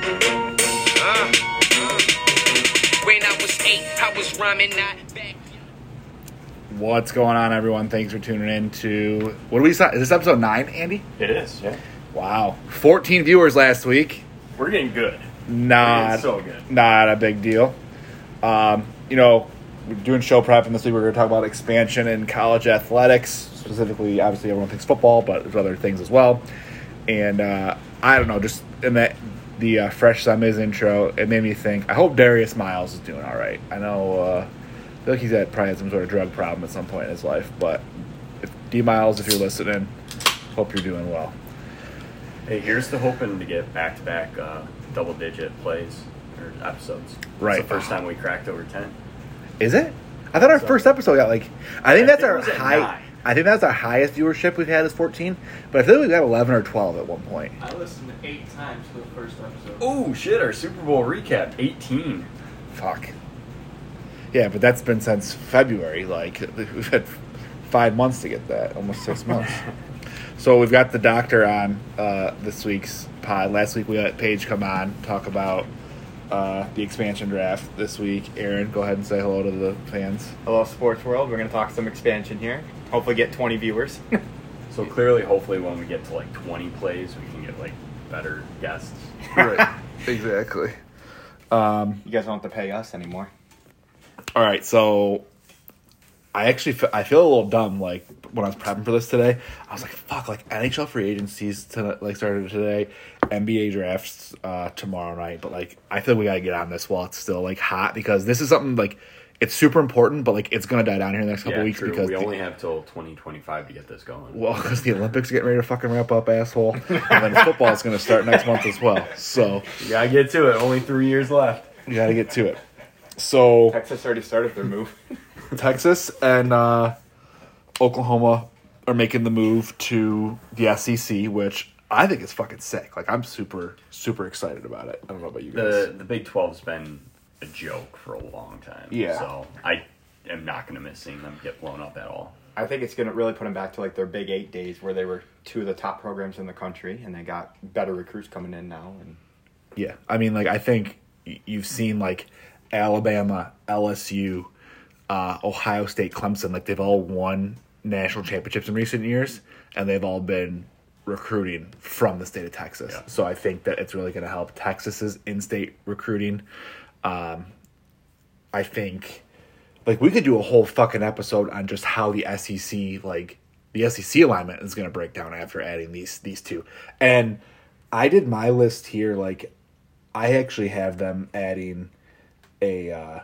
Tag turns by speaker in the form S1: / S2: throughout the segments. S1: Uh, when I was eight, I was rhyming, not back.
S2: What's going on, everyone? Thanks for tuning in to what do we? Is this episode nine, Andy?
S3: It is, yeah.
S2: Wow, fourteen viewers last week.
S3: We're getting good.
S2: Not
S3: It's so good.
S2: not a big deal. Um, you know, we're doing show prep, and this week we're going to talk about expansion in college athletics. Specifically, obviously, everyone thinks football, but there's other things as well. And uh, I don't know, just in that the uh, fresh Summers intro, it made me think. I hope Darius Miles is doing all right. I know, uh, I feel like he's had probably had some sort of drug problem at some point in his life, but if D Miles, if you're listening, hope you're doing well.
S3: Hey, here's to hoping to get back to back double digit plays or episodes.
S2: Right.
S3: It's the first time we cracked over 10.
S2: Is it? I thought our
S3: So-
S2: first episode got like. I think
S3: I
S2: that's
S3: think it
S2: our
S3: was at
S2: high.
S3: nine.
S2: I think that's our highest viewership we've had is 14, but I think we got 11 or 12 at one point.
S4: I listened eight times to the first episode.
S3: Oh, shit, our Super Bowl recap 18.
S2: Fuck. Yeah, but that's been since February. Like we've had five months to get that, almost six months. so we've got the doctor on uh, this week's pod. Last week we let Paige come on talk about uh, the expansion draft. This week, Aaron, go ahead and say hello to the fans.
S5: Hello, sports world. We're going to talk some expansion here. Hopefully, get 20 viewers.
S3: So clearly, hopefully, when we get to like 20 plays, we can get like better guests.
S2: Right. exactly. Um,
S5: you guys don't have to pay us anymore.
S2: All right, so I actually fe- I feel a little dumb. Like when I was prepping for this today, I was like, "Fuck!" Like NHL free agencies to, like started today, NBA drafts uh, tomorrow night. But like, I feel we gotta get on this while it's still like hot because this is something like it's super important, but like it's gonna die down here in the next couple
S3: yeah,
S2: weeks
S3: true.
S2: because
S3: we
S2: the-
S3: only have till 2025 to get this going.
S2: well, because the Olympics are getting ready to fucking wrap up, asshole, and then football is gonna start next month as well. So
S3: You gotta get to it. Only three years left.
S2: you gotta get to it. So
S5: Texas already started their move.
S2: Texas and uh, Oklahoma are making the move to the SEC, which I think is fucking sick. Like I'm super super excited about it. I don't know about you guys.
S3: The the Big 12's been a joke for a long time.
S2: Yeah.
S3: So I am not gonna miss seeing them get blown up at all.
S5: I think it's going to really put them back to like their Big Eight days, where they were two of the top programs in the country, and they got better recruits coming in now. And
S2: yeah, I mean, like I think y- you've seen like Alabama, LSU, uh, Ohio State, Clemson. Like they've all won national championships in recent years, and they've all been recruiting from the state of Texas.
S3: Yeah.
S2: So I think that it's really going to help Texas's in-state recruiting. Um, I think like we could do a whole fucking episode on just how the SEC like the SEC alignment is going to break down after adding these these two. And I did my list here like I actually have them adding a uh,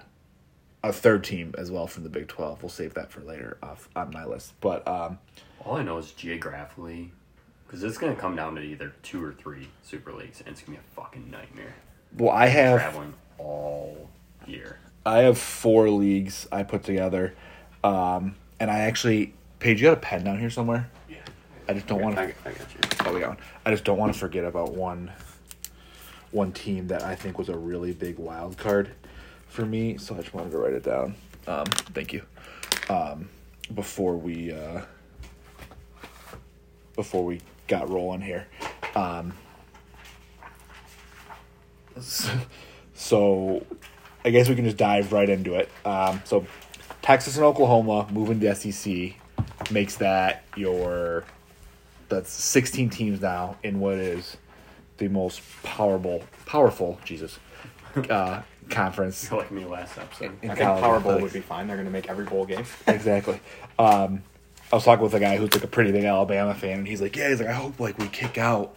S2: a third team as well from the Big Twelve. We'll save that for later off on my list. But um,
S3: All I know is geographically, because it's gonna come down to either two or three Super Leagues, and it's gonna be a fucking nightmare
S2: well, I have
S3: traveling all year.
S2: I have four leagues I put together, um, and I actually Paige, you got a pen down here somewhere? Yeah. I just don't want to.
S3: I got you.
S2: Oh, we got one. I just don't want to forget about one one team that I think was a really big wild card for me, so I just wanted to write it down. Um, thank you. Um, before we uh, before we got rolling here. Um, so, so I guess we can just dive right into it. Um, so Texas and Oklahoma moving to SEC makes that your that's 16 teams now in what is the most powerful powerful Jesus uh, conference
S3: Like me last episode.
S2: in
S5: I think
S2: college
S5: Power Bowl
S2: athletics
S5: would be fine. They're going to make every bowl game.
S2: exactly. Um, I was talking with a guy who's like a pretty big Alabama fan, and he's like, "Yeah, he's like, I hope like we kick out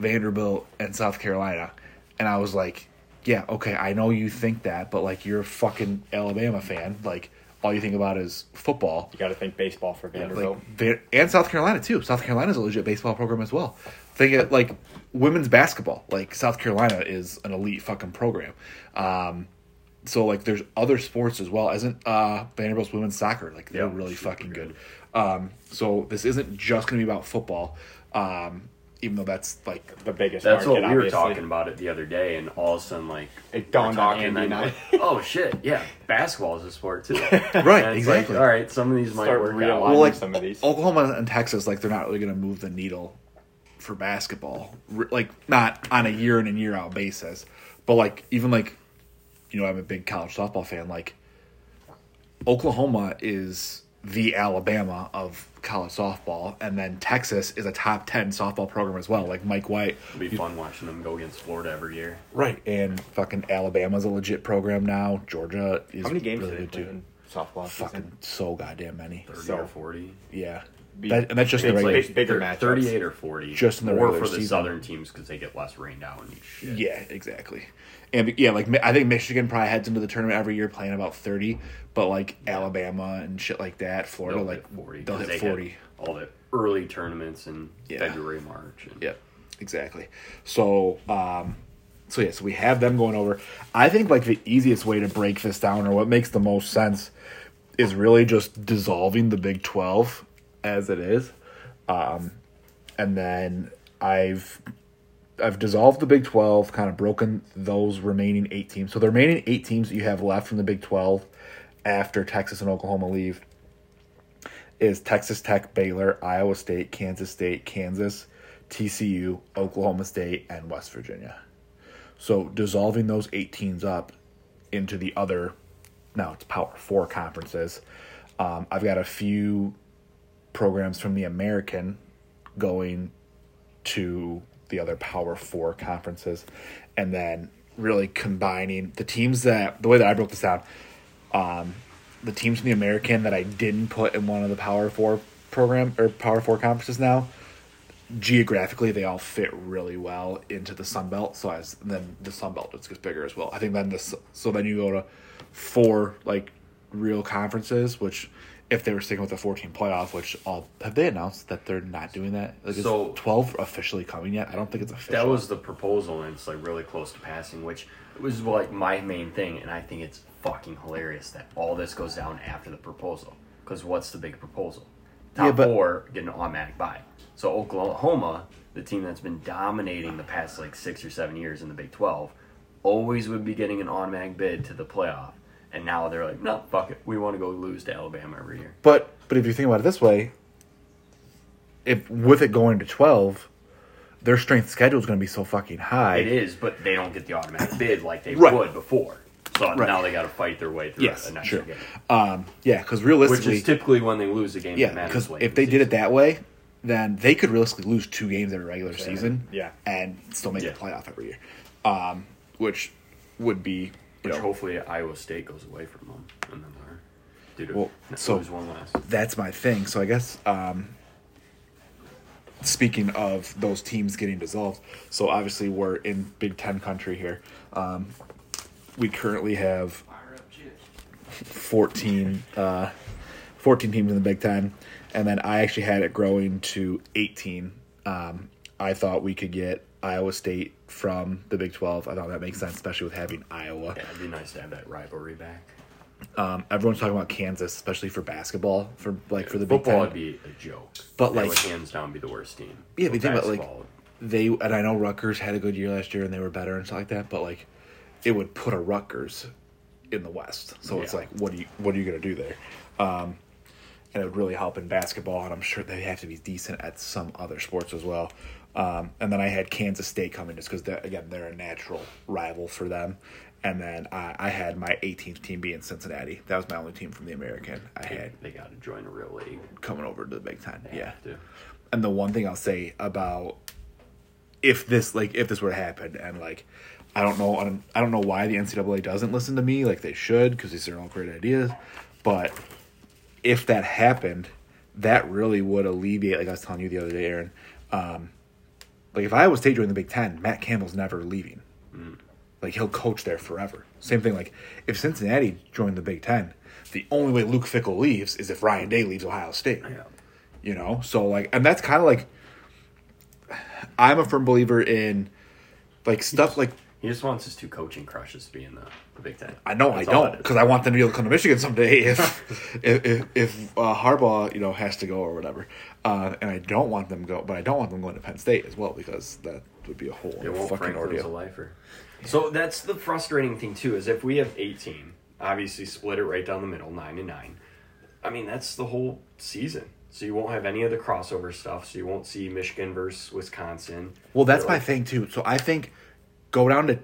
S2: Vanderbilt and South Carolina," and I was like, "Yeah, okay, I know you think that, but like you're a fucking Alabama fan. Like all you think about is football,
S5: You got to think baseball for Vanderbilt.
S2: like Van- and South Carolina too. South Carolina's a legit baseball program as well. Think of like women's basketball. Like South Carolina is an elite fucking program. Um, so like there's other sports as well. Isn't uh, Vanderbilt's women's soccer like they're
S3: Yeah,
S2: really
S3: super
S2: fucking good.
S3: good.
S2: Um, so this isn't just gonna be about football. Um, even though that's like
S5: the biggest.
S6: That's what
S5: market,
S6: we were
S5: obviously.
S6: talking about it the other day, and all of a sudden, like
S5: It dawned
S6: we're talking, and
S5: on me
S6: then
S5: now.
S6: like, oh shit, yeah, basketball is a sport too.
S2: Right,
S6: And it's
S2: exactly.
S6: Like, all right, some of these might
S5: Start
S6: work out.
S5: realizing-
S2: well, like
S5: some of these.
S2: Oklahoma and Texas, like they're not really going to move the needle for basketball, R- like not on a year in and year out basis. But like even like, you know, I'm a big college softball fan. Like Oklahoma is the Alabama of college softball, and then Texas is a top ten softball program as well. Like Mike White,
S6: It'll be fun watching them go against Florida every year.
S2: right? And fucking Alabama's a legit program now. Georgia is
S5: How many games
S2: really
S5: did they
S2: good
S5: play
S2: too.
S5: in softball? season?
S2: Fucking so goddamn many.
S6: Thirty
S5: So-
S6: or forty.
S2: Yeah.
S5: Be-
S2: That- and that's just the
S5: It's
S2: regular.
S5: like- bigger
S6: thir-
S5: matchups.
S6: Thirty-eight or forty.
S2: Just in the
S6: or
S2: regular
S6: for the
S2: season.
S6: southern teams because they get less rained out and shit.
S2: Yeah, exactly. And yeah, like Mi- I think Michigan probably heads into the tournament every year playing about thirty, but like Alabama and shit like that, Florida,
S6: They'll
S2: like
S6: hit forty.
S2: they'll
S6: 'cause
S2: hit
S6: they had
S2: forty.
S6: All the early tournaments in
S2: Yeah.
S6: February, March. And
S2: Yeah, exactly. So, um, so yeah, so we have them going over. I think like the easiest way to break this down, or what makes the most sense, is really just dissolving the Big Twelve as it is, um, and then I've I've dissolved the Big Twelve, kind of broken those remaining eight teams. So the remaining eight teams that you have left from the Big Twelve after Texas and Oklahoma leave is Texas Tech, Baylor, Iowa State, Kansas State, Kansas, TCU, Oklahoma State, and West Virginia. So dissolving those eight teams up into the other, now it's Power Four conferences. Um, I've got a few programs from the American going to the other Power Four conferences, and then really combining the teams that the way that I broke this down um, the teams in the American that I didn't put in one of the Power Four program or Power Four conferences now. Geographically, they all fit really well into the Sun Belt. So as then the Sun Belt just gets bigger as well. I think then this so then you go to four like real conferences, which if they were sticking with the fourteen playoff, which all have they announced that they're not doing that? Like
S6: So-
S2: is twelve officially coming yet? I don't think it's official.
S6: that was the proposal, and it's like really close to passing, which was like my main thing, and I think it's fucking hilarious that all this goes down after the proposal. Because what's the big proposal? Top
S2: Yeah, but-
S6: four get an automatic bye. So Oklahoma, the team that's been dominating the past like six or seven years in the Big Twelve, always would be getting an automatic bid to the playoff, and now they're like, no, fuck it, we want to go lose to Alabama every year.
S2: But but if you think about it this way, if with it going to twelve, their strength schedule is going to be so fucking high.
S6: It is, but they don't get the automatic bid like they
S2: Right.
S6: would before. So now they got to fight their way through
S2: Yes,
S6: an extra
S2: sure.
S6: game.
S2: Um, yeah, because
S6: which
S2: realistically,
S6: is typically when they lose a game.
S2: yeah,
S6: that matters
S2: because
S6: late in
S2: if
S6: the
S2: they did it
S6: season.
S2: that way, then they could realistically lose two games every regular season,
S5: Yeah.
S2: and still make
S6: Yeah.
S2: the playoff every year, um, which would be you
S6: which
S2: know,
S6: hopefully Iowa State goes away from them, and then they're dude,
S2: Well,
S6: if
S2: so-
S6: so lose one last.
S2: that's my thing. So I guess um, speaking of those teams getting dissolved, so obviously we're in Big Ten country here. Um, we currently have
S7: Fire up, Jit.
S2: 14, uh, 14 teams in the Big Ten, and then I actually had it growing to 18. Um, I thought we could get Iowa State from the Big 12. I thought that makes sense, especially with having Iowa.
S6: Yeah, it'd be nice to have that rivalry back.
S2: Um, everyone's talking about Kansas, especially for basketball, for like for the Big
S6: Football
S2: Ten.
S6: would be a joke,
S2: But,
S6: They
S2: like-
S6: would hands down be the worst team.
S2: Yeah, but you think about, like-
S6: Basketball,
S2: they and I know Rutgers had a good year last year and they were better and stuff like that, but like it would put a Rutgers in the West. So it's
S6: Yeah.
S2: like what do you what are you gonna do there? Um and it would really help in basketball and I'm sure they have to be decent at some other sports as well. Um, and then I had Kansas State coming just because they're again they're a natural rival for them. And then I, I had my 18th team being Cincinnati. That was my only team from the American I had
S6: they got to join a real league.
S2: coming over to the Big Ten. Yeah.
S6: Dude.
S2: And the one thing I'll say about if this like if this were to happen and like I don't know I don't, I don't know why the NCAA doesn't listen to me like they should because these are all great ideas, but if that happened, that really would alleviate like I was telling you the other day, Aaron. Um, like if Iowa State joined the Big Ten, Matt Campbell's never leaving. Like he'll coach there forever. Same thing. Like if Cincinnati joined the Big Ten, the only way Luke Fickle leaves is if Ryan Day leaves Ohio State
S6: Yeah,
S2: you know so like and that's kind of like i'm a firm believer in like stuff like
S6: He just wants his two coaching crushes to be in the, the Big Ten.
S2: I know I
S6: That's all
S2: don't
S6: it is.
S2: because I want them to be able to come to Michigan someday if if if, if uh, Harbaugh you know has to go or whatever, uh, and I don't want them go, but I don't want them going to Penn State as well because that would be a whole
S6: It won't
S2: fucking
S6: Franklin's a
S2: ordeal.
S6: lifer. So that's the frustrating thing too, is if we have eighteen, obviously split it right down the middle, nine and nine. I mean, that's the whole season. So you won't have any of the crossover stuff. So you won't see Michigan versus Wisconsin.
S2: Well, that's
S6: Or-
S2: my thing too. So I think go down to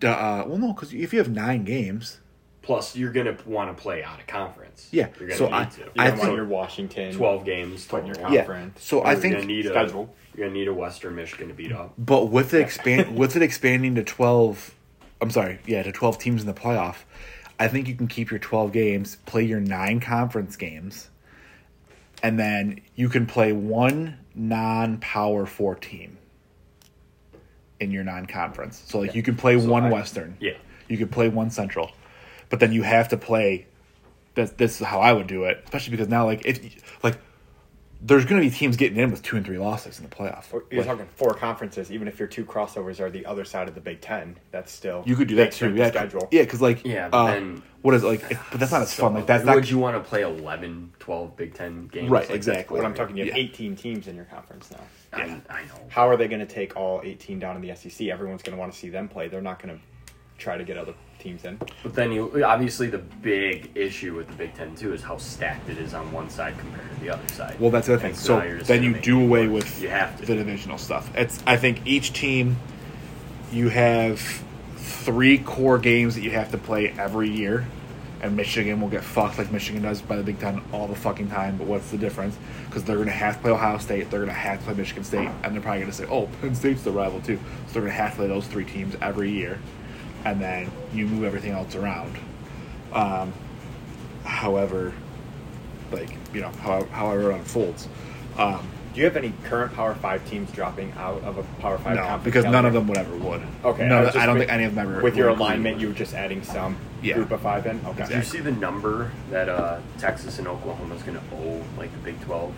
S2: to, uh, well no because if you have nine games,
S6: Plus, you're gonna want to play out of conference.
S2: Yeah,
S6: You're gonna
S2: so
S6: need
S2: I-
S6: to.
S2: I
S5: You I
S6: You're
S5: want
S6: gonna
S2: think-
S5: your
S6: want
S5: Washington
S6: twelve games. Total.
S5: in your
S2: yeah.
S5: Conference.
S2: So I
S6: You're
S2: think
S6: gonna need a,
S5: schedule.
S6: You're gonna need a Western Michigan to beat up.
S2: But with it expand with it expanding to twelve, I'm sorry, yeah, to twelve teams in the playoff, I think you can keep your twelve games, play your nine conference games, and then you can play one non-power four team in your non-conference. So like you can play one
S6: I-
S2: Western,
S6: yeah.
S2: you can play one Central, but then you have to play. This, this is how I would do it, especially because now like if like there's going to be teams getting in with two and three losses in the playoff.
S5: You're
S2: Like-
S5: talking four conferences, even if your two crossovers are the other side of the Big Ten. That's still
S2: You could do that
S5: makes sense
S2: too.
S5: to
S2: Yeah,
S5: schedule.
S2: yeah, because like,
S6: Yeah, but
S2: uh,
S6: then-
S2: what is it, like? If, but that's not as fun. Like that's
S6: Would
S2: not.
S6: you want to play 11, 12 Big Ten games?
S2: Right,
S6: Like, that's
S2: exactly.
S5: But I'm talking you have
S2: Yeah.
S5: 18 teams in your conference now.
S6: I, I know.
S5: How are they going to take all 18 down in the SEC? Everyone's going to want to see them play. They're not going to try to get other teams in.
S6: But then you obviously the big issue with the Big Ten too is how stacked it is on one side compared to the other side.
S2: well, that's the other thing.
S6: And
S2: So
S6: now you're just
S2: then
S6: gonna
S2: you
S6: make
S2: do
S6: it
S2: away
S6: worse.
S2: with
S6: you have to.
S2: the divisional stuff. It's I think each team, you have three core games that you have to play every year, and Michigan will get fucked like Michigan does by the Big Ten all the fucking time. But what's the difference? Because they're gonna have to play Ohio State, they're gonna have to play Michigan State, and they're probably gonna say, "Oh, Penn State's the rival too." So they're gonna have to play those three teams every year, and then you move everything else around. Um, however, like you know, how, however it unfolds. Um,
S5: Do you have any current Power Five teams dropping out of a Power Five?
S2: no,
S5: conference
S2: because none
S5: calendar?
S2: of them would ever would.
S5: Okay,
S2: no,
S5: was
S2: I,
S5: just
S2: don't
S5: with-
S2: think any of them ever.
S5: With your
S2: would.
S5: alignment, you were just adding some
S2: Yeah.
S5: group of five in. Okay.
S6: Did you
S2: Exactly.
S6: see the number that uh, Texas and Oklahoma is going to owe like the Big Twelve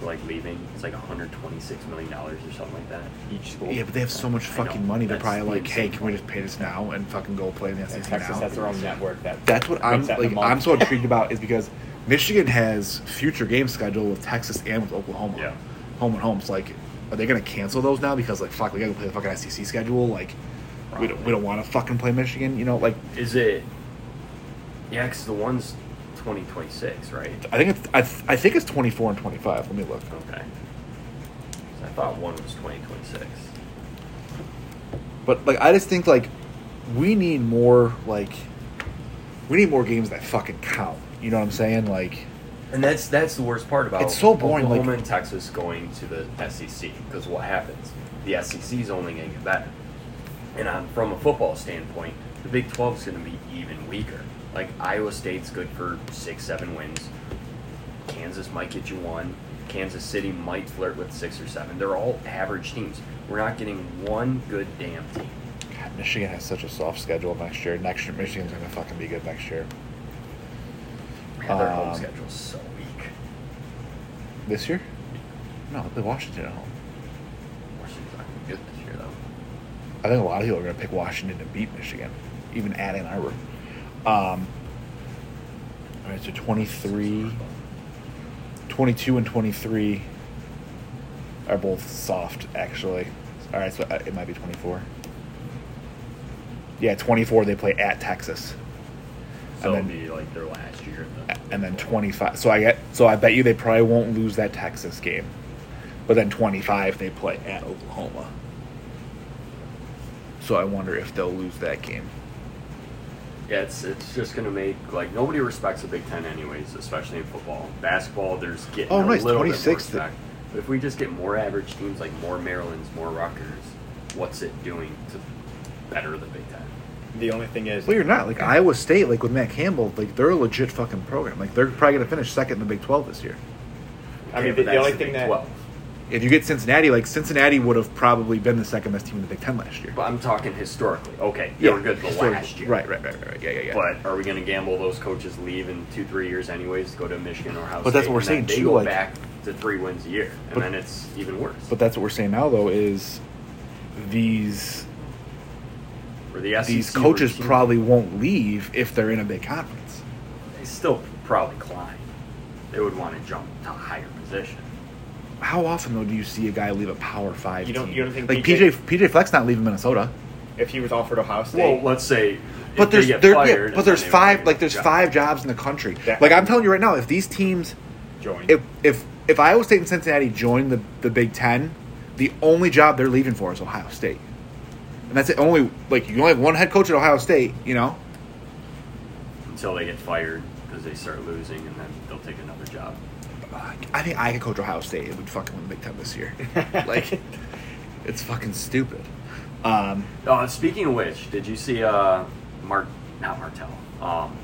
S6: for like leaving? It's like 126 million dollars or something like that.
S5: Each school.
S2: Yeah, but they have so much
S6: I
S2: fucking
S6: know.
S2: money. They're
S6: That's
S2: probably
S6: the
S2: like, "Hey,
S6: insane
S2: can we just pay this now and fucking go play in the
S5: And
S2: SEC
S5: Texas
S2: now?"
S5: has their own network. That
S2: That's what I'm
S5: makes that in
S2: like.
S5: a month.
S2: I'm so intrigued about is because Michigan has future game schedule with Texas and with Oklahoma.
S6: Yeah.
S2: Home and homes. Like, are they gonna cancel those now? Because like, fuck, we gotta play the fucking SEC schedule. Like, we don't, we don't want to fucking play Michigan. You know, like
S6: Is it? Yeah, 'cause the one's 2026, right?
S2: I think it's I, th- I think it's 24 and 25. Let me look.
S6: Okay. 'Cause I thought one was 2026.
S2: But like, I just think like we need more like we need more games that fucking count. You know what I'm saying? Like,
S6: And that's that's the worst part about
S2: It's so boring, like-
S6: Oklahoma and Texas going to the SEC because what happens? The SEC is only going to get better, and on, from a football standpoint, the Big 12 is going to be even weaker. Like Iowa State's good for six, seven wins. Kansas might get you one. Kansas City might flirt with six or seven. They're all average teams. We're not getting one good damn team.
S2: God, Michigan has such a soft schedule next year. Next year, Michigan's gonna fucking be good next year.
S6: Man, their home
S2: Um,
S6: schedule's so weak.
S2: This year? No, they play Washington at home.
S6: Washington's not gonna be good this year though.
S2: I think a lot of people are gonna pick Washington to beat Michigan, even at Ann Arbor. Um, all right, so 23, 22 and 23 are both soft, actually. All right, so uh, it might be 24. Yeah, 24, they play at Texas.
S6: So
S2: And
S6: it'll be like their last year. in the-
S2: and then 25 so i get so i bet you they probably won't lose that texas game but then 25 they play at oklahoma so i wonder if they'll lose that game
S6: Yeah, it's it's just gonna make like nobody respects the Big Ten anyways, especially in football. Basketball, there's getting
S2: Oh,
S6: a
S2: nice,
S6: little bit more
S2: 26th.
S6: respect. But if we just get more average teams like more Maryland's, more Rutgers, what's it doing to better the Big Ten?
S5: the only thing is
S2: well you're not like iowa state like with matt campbell like they're a legit fucking program like they're probably going to finish second in the big 12 this year
S5: I
S6: Okay,
S5: mean,
S6: but
S5: the- the
S6: that's
S5: only
S6: Big
S5: thing that-
S6: 12.
S2: if you get cincinnati like cincinnati would have probably been the second best team in the big 10 last year
S6: But I'm talking historically. Okay, they were good the
S2: historically.
S6: last year.
S2: right right right right, right. yeah yeah yeah
S6: But are we going to gamble those coaches leave in two, three years anyways to go to Michigan or Ohio
S2: But that's
S6: State,
S2: what we're
S6: and then
S2: saying,
S6: they
S2: too,
S6: go
S2: like-
S6: back to three wins a year, and
S2: But-
S6: then it's even worse.
S2: But that's what we're saying now, though, is these
S6: Where the E SEC
S2: these coaches
S6: routinely-
S2: probably won't leave if they're in a big conference.
S6: they still probably climb. They would want to jump to a higher position.
S2: How often though do you see a guy leave a Power Five?
S5: You don't-
S2: team?
S5: you don't think
S2: like
S5: PJ
S2: PJ PJ Fleck's not leaving Minnesota,
S5: If he was offered Ohio
S6: Well,
S5: State,
S6: let's say,
S2: but
S6: if
S2: there's
S6: they get
S2: there,
S6: fired
S2: yeah,
S6: and
S2: but there's
S6: then they would
S2: five
S6: get
S2: like there's
S6: a job.
S2: five jobs in the country.
S5: Yeah.
S2: Like I'm telling you right now, if these teams,
S5: join.
S2: if if if Iowa State and Cincinnati join the the Big Ten, the only job they're leaving for is Ohio State, and that's it. Only like you only have one head coach at Ohio State, you know.
S6: until they get fired because they start losing and then they'll take another job.
S2: I think I could coach Ohio State. It would fucking win the Big Ten this year. like, it's fucking stupid. Um,
S6: Uh, speaking of which, did you see uh, Mart? Not Martell. Um,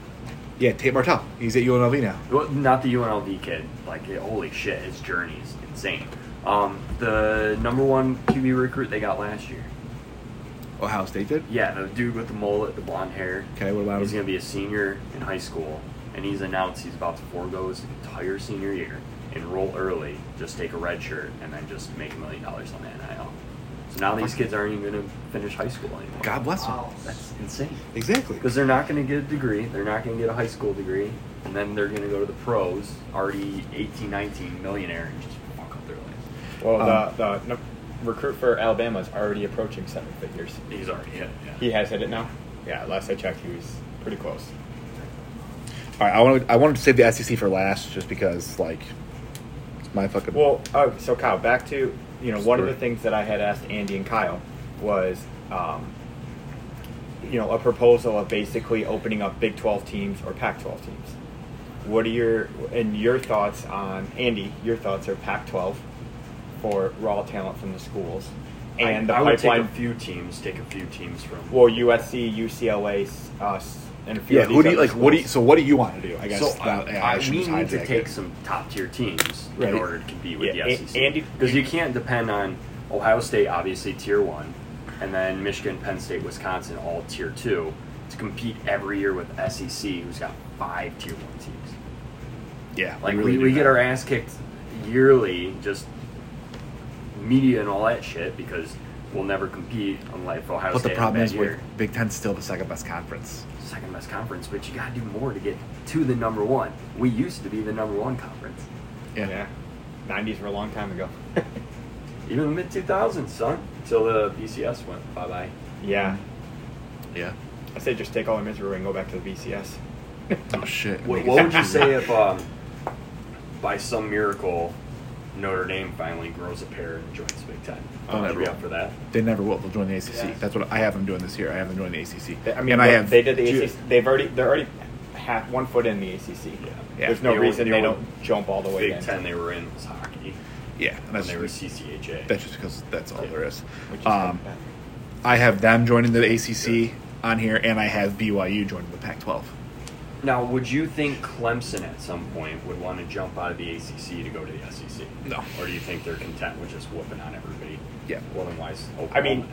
S2: yeah, Tate Martell. He's at UNLV now.
S6: well, not the UNLV kid. Like, eh, holy shit, his journey is insane. Um, the number one QB recruit they got last year.
S2: Ohio State did.
S6: Yeah, the dude with the mullet, the blonde hair.
S2: Okay, what about
S6: He's
S2: him?
S6: going to be a senior in high school, and he's announced he's about to forego his entire senior year, enroll early, just take a red shirt, and then just make a million dollars on the NIL. So now these kids aren't even going to finish high school anymore.
S2: God bless him.
S4: Wow.
S6: That's insane.
S2: Exactly.
S6: Because they're not going to get a degree, they're not going to get a high school degree, and then they're going to go to the pros, already 18, 19, millionaire, and just fuck up their life.
S5: Well,
S2: Um,
S5: the, the no, recruit for Alabama is already approaching seven figures.
S6: He's already hit, yeah.
S5: He has hit it now. Yeah, last I checked, he was pretty close.
S2: All right, I wanted I wanted to save the SEC for last, just because like it's my fucking.
S5: Well, oh, so Kyle, back to you know one of
S2: Sure.
S5: the things that I had asked Andy and Kyle was, um, you know, a proposal of basically opening up Big Twelve teams or Pac twelve teams. What are your and your thoughts on Andy? Your thoughts are Pac twelve for raw talent from the schools and
S6: I, I
S5: the
S6: would
S5: pipeline.
S6: take a few teams, take a few teams from.
S5: well, USC, UCLA, us, and a few
S2: yeah.
S5: of
S2: Who
S5: these
S2: do you
S5: other
S2: like? What do you,
S5: schools.
S2: so? What do you want to do? I guess
S6: so
S2: that-
S6: I,
S2: yeah,
S6: I,
S2: should
S6: we
S2: just
S6: need
S2: hide
S6: to
S2: that.
S6: take some top tier teams
S2: Right.
S6: in order to compete with
S5: Yeah,
S6: the
S5: A-
S6: SEC.
S5: Andy-
S6: because you can't depend on Ohio State, obviously tier one, and then Michigan, Penn State, Wisconsin, all tier two, to compete every year with SEC, who's got five tier one teams.
S2: Yeah,
S6: Like
S2: really
S6: we,
S2: do
S6: we get
S2: that.
S6: our ass kicked yearly, just media and all that shit, because we'll never compete unless if Ohio
S2: But
S6: State.
S2: the problem is,
S6: we're
S2: with Big Ten's still the second best conference.
S6: second best conference, but you gotta do more to get to the number one. We used to be the number one conference.
S5: Yeah, nineties were a long time ago.
S6: Even the mid 2000s, son, until the BCS went bye bye.
S5: yeah,
S2: Mm-hmm. yeah.
S5: I say just take all our misery and go back to the BCS.
S2: Oh shit.
S6: What, what would you say if, um, by some miracle, Notre Dame finally grows a pair and joins the Big Ten?
S2: Don't
S6: Would you be
S2: ever.
S6: up for that?
S2: They never will. They'll join the ACC.
S4: Yeah.
S2: That's what I have them doing this year. I have them joining the ACC.
S5: They- I mean,
S2: and
S5: they,
S2: I have
S5: they did the
S2: Ju-
S5: ACC. They've already they're already half one foot in the ACC.
S2: Yeah.
S5: There's no
S6: The old-
S5: reason
S6: the
S5: they
S6: old
S5: don't jump all the way
S6: Big
S5: in.
S6: Ten they were in was hockey,
S2: Yeah, and
S6: and
S2: Oh, that's
S6: they were
S2: just,
S6: CCHA.
S2: that's just because that's all
S6: Yeah.
S2: there is.
S5: Which is
S2: Um,
S5: bad.
S2: I have them joining the ACC on here, and I have BYU joining the Pac-12.
S6: Now, would you think Clemson at some point would want to jump out of the ACC to go to the SEC?
S2: No.
S6: Or do you think they're content with just whooping on everybody?
S2: Yeah.
S6: Well, then why is Oklahoma
S5: I mean-
S6: not?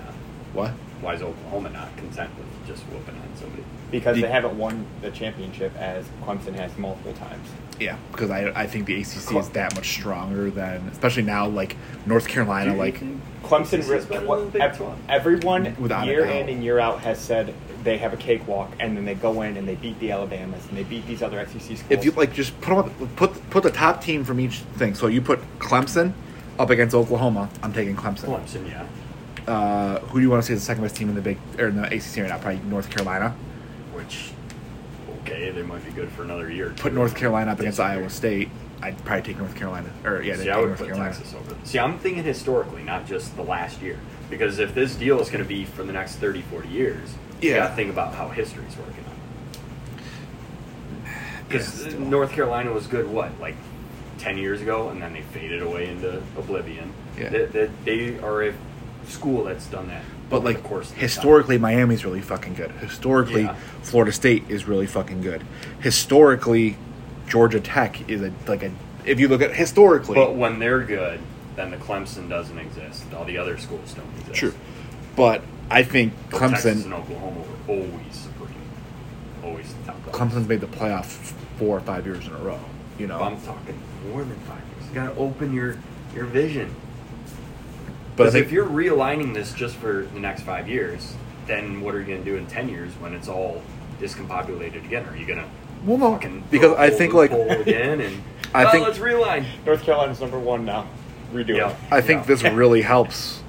S2: What?
S6: Why is Oklahoma not content with just whooping on somebody?
S5: because
S2: the-
S5: they haven't won the championship as Clemson has multiple times.
S2: Yeah, because I, I think the ACC
S5: Cool.
S2: is that much stronger than especially now like North Carolina
S6: Do you
S2: like
S6: think
S5: Clemson,
S6: ACC is better than the Big
S5: re- ev-
S6: 12?
S5: everyone
S2: Without a
S5: year
S2: doubt.
S5: in and year out has said they have a cakewalk, and then they go in and they beat the Alabamas and they beat these other SEC schools.
S2: if you like just put 'em up, put put the top team from each thing. So you put Clemson up against Oklahoma. I'm taking Clemson.
S6: Clemson, yeah.
S2: Uh, who do you want to say is the second best team in the big or in the ACC right now? Probably North Carolina.
S6: Which, okay, they might be good for another year. or
S2: Put
S6: two.
S2: North Carolina up against
S6: This year.
S2: Iowa State. I'd probably take North Carolina. Or yeah,
S6: See,
S2: they'd
S6: I
S2: take
S6: would
S2: North
S6: put
S2: Carolina.
S6: Texas over. See, I'm thinking historically, not just the last year. Because if this deal is going to be for the next 30, 40 years, you
S2: Yeah.
S6: got to think about how history's working out. Because
S2: Yeah, still.
S6: North Carolina was good, what, like 10 years ago, and then they faded away into oblivion.
S2: Yeah.
S6: They, they, they are a school that's done that.
S2: But
S6: over
S2: like
S6: the course of the time.
S2: historically, Miami's really fucking good. Historically,
S6: Yeah.
S2: Florida State is really fucking good. Historically, Georgia Tech is a like a. If you look at historically,
S6: But when they're good, then the Clemson doesn't exist. All the other schools don't exist.
S2: true. But I think
S6: But Texas and
S2: Clemson.
S6: Oklahoma were always supreme. Always the top dogs.
S2: Clemson's made the playoff four or five years in a row. You know,
S6: I'm talking more than five years. You gotta open your your vision.
S2: but I
S6: Because
S2: think
S6: if you're realigning this just for the next five years, then what are you going to do in 10 years when it's all discombobulated again? Are you going to
S2: Well, no,
S6: fucking
S2: because
S6: throw
S2: I
S6: a
S2: think,
S6: whole
S2: like-
S6: loophole again and
S2: I
S6: "Well,
S2: think-
S6: let's rewind.
S5: North Carolina's number one now. Redo
S6: Yeah.
S5: it.
S2: I think
S6: Yeah.
S2: this really helps.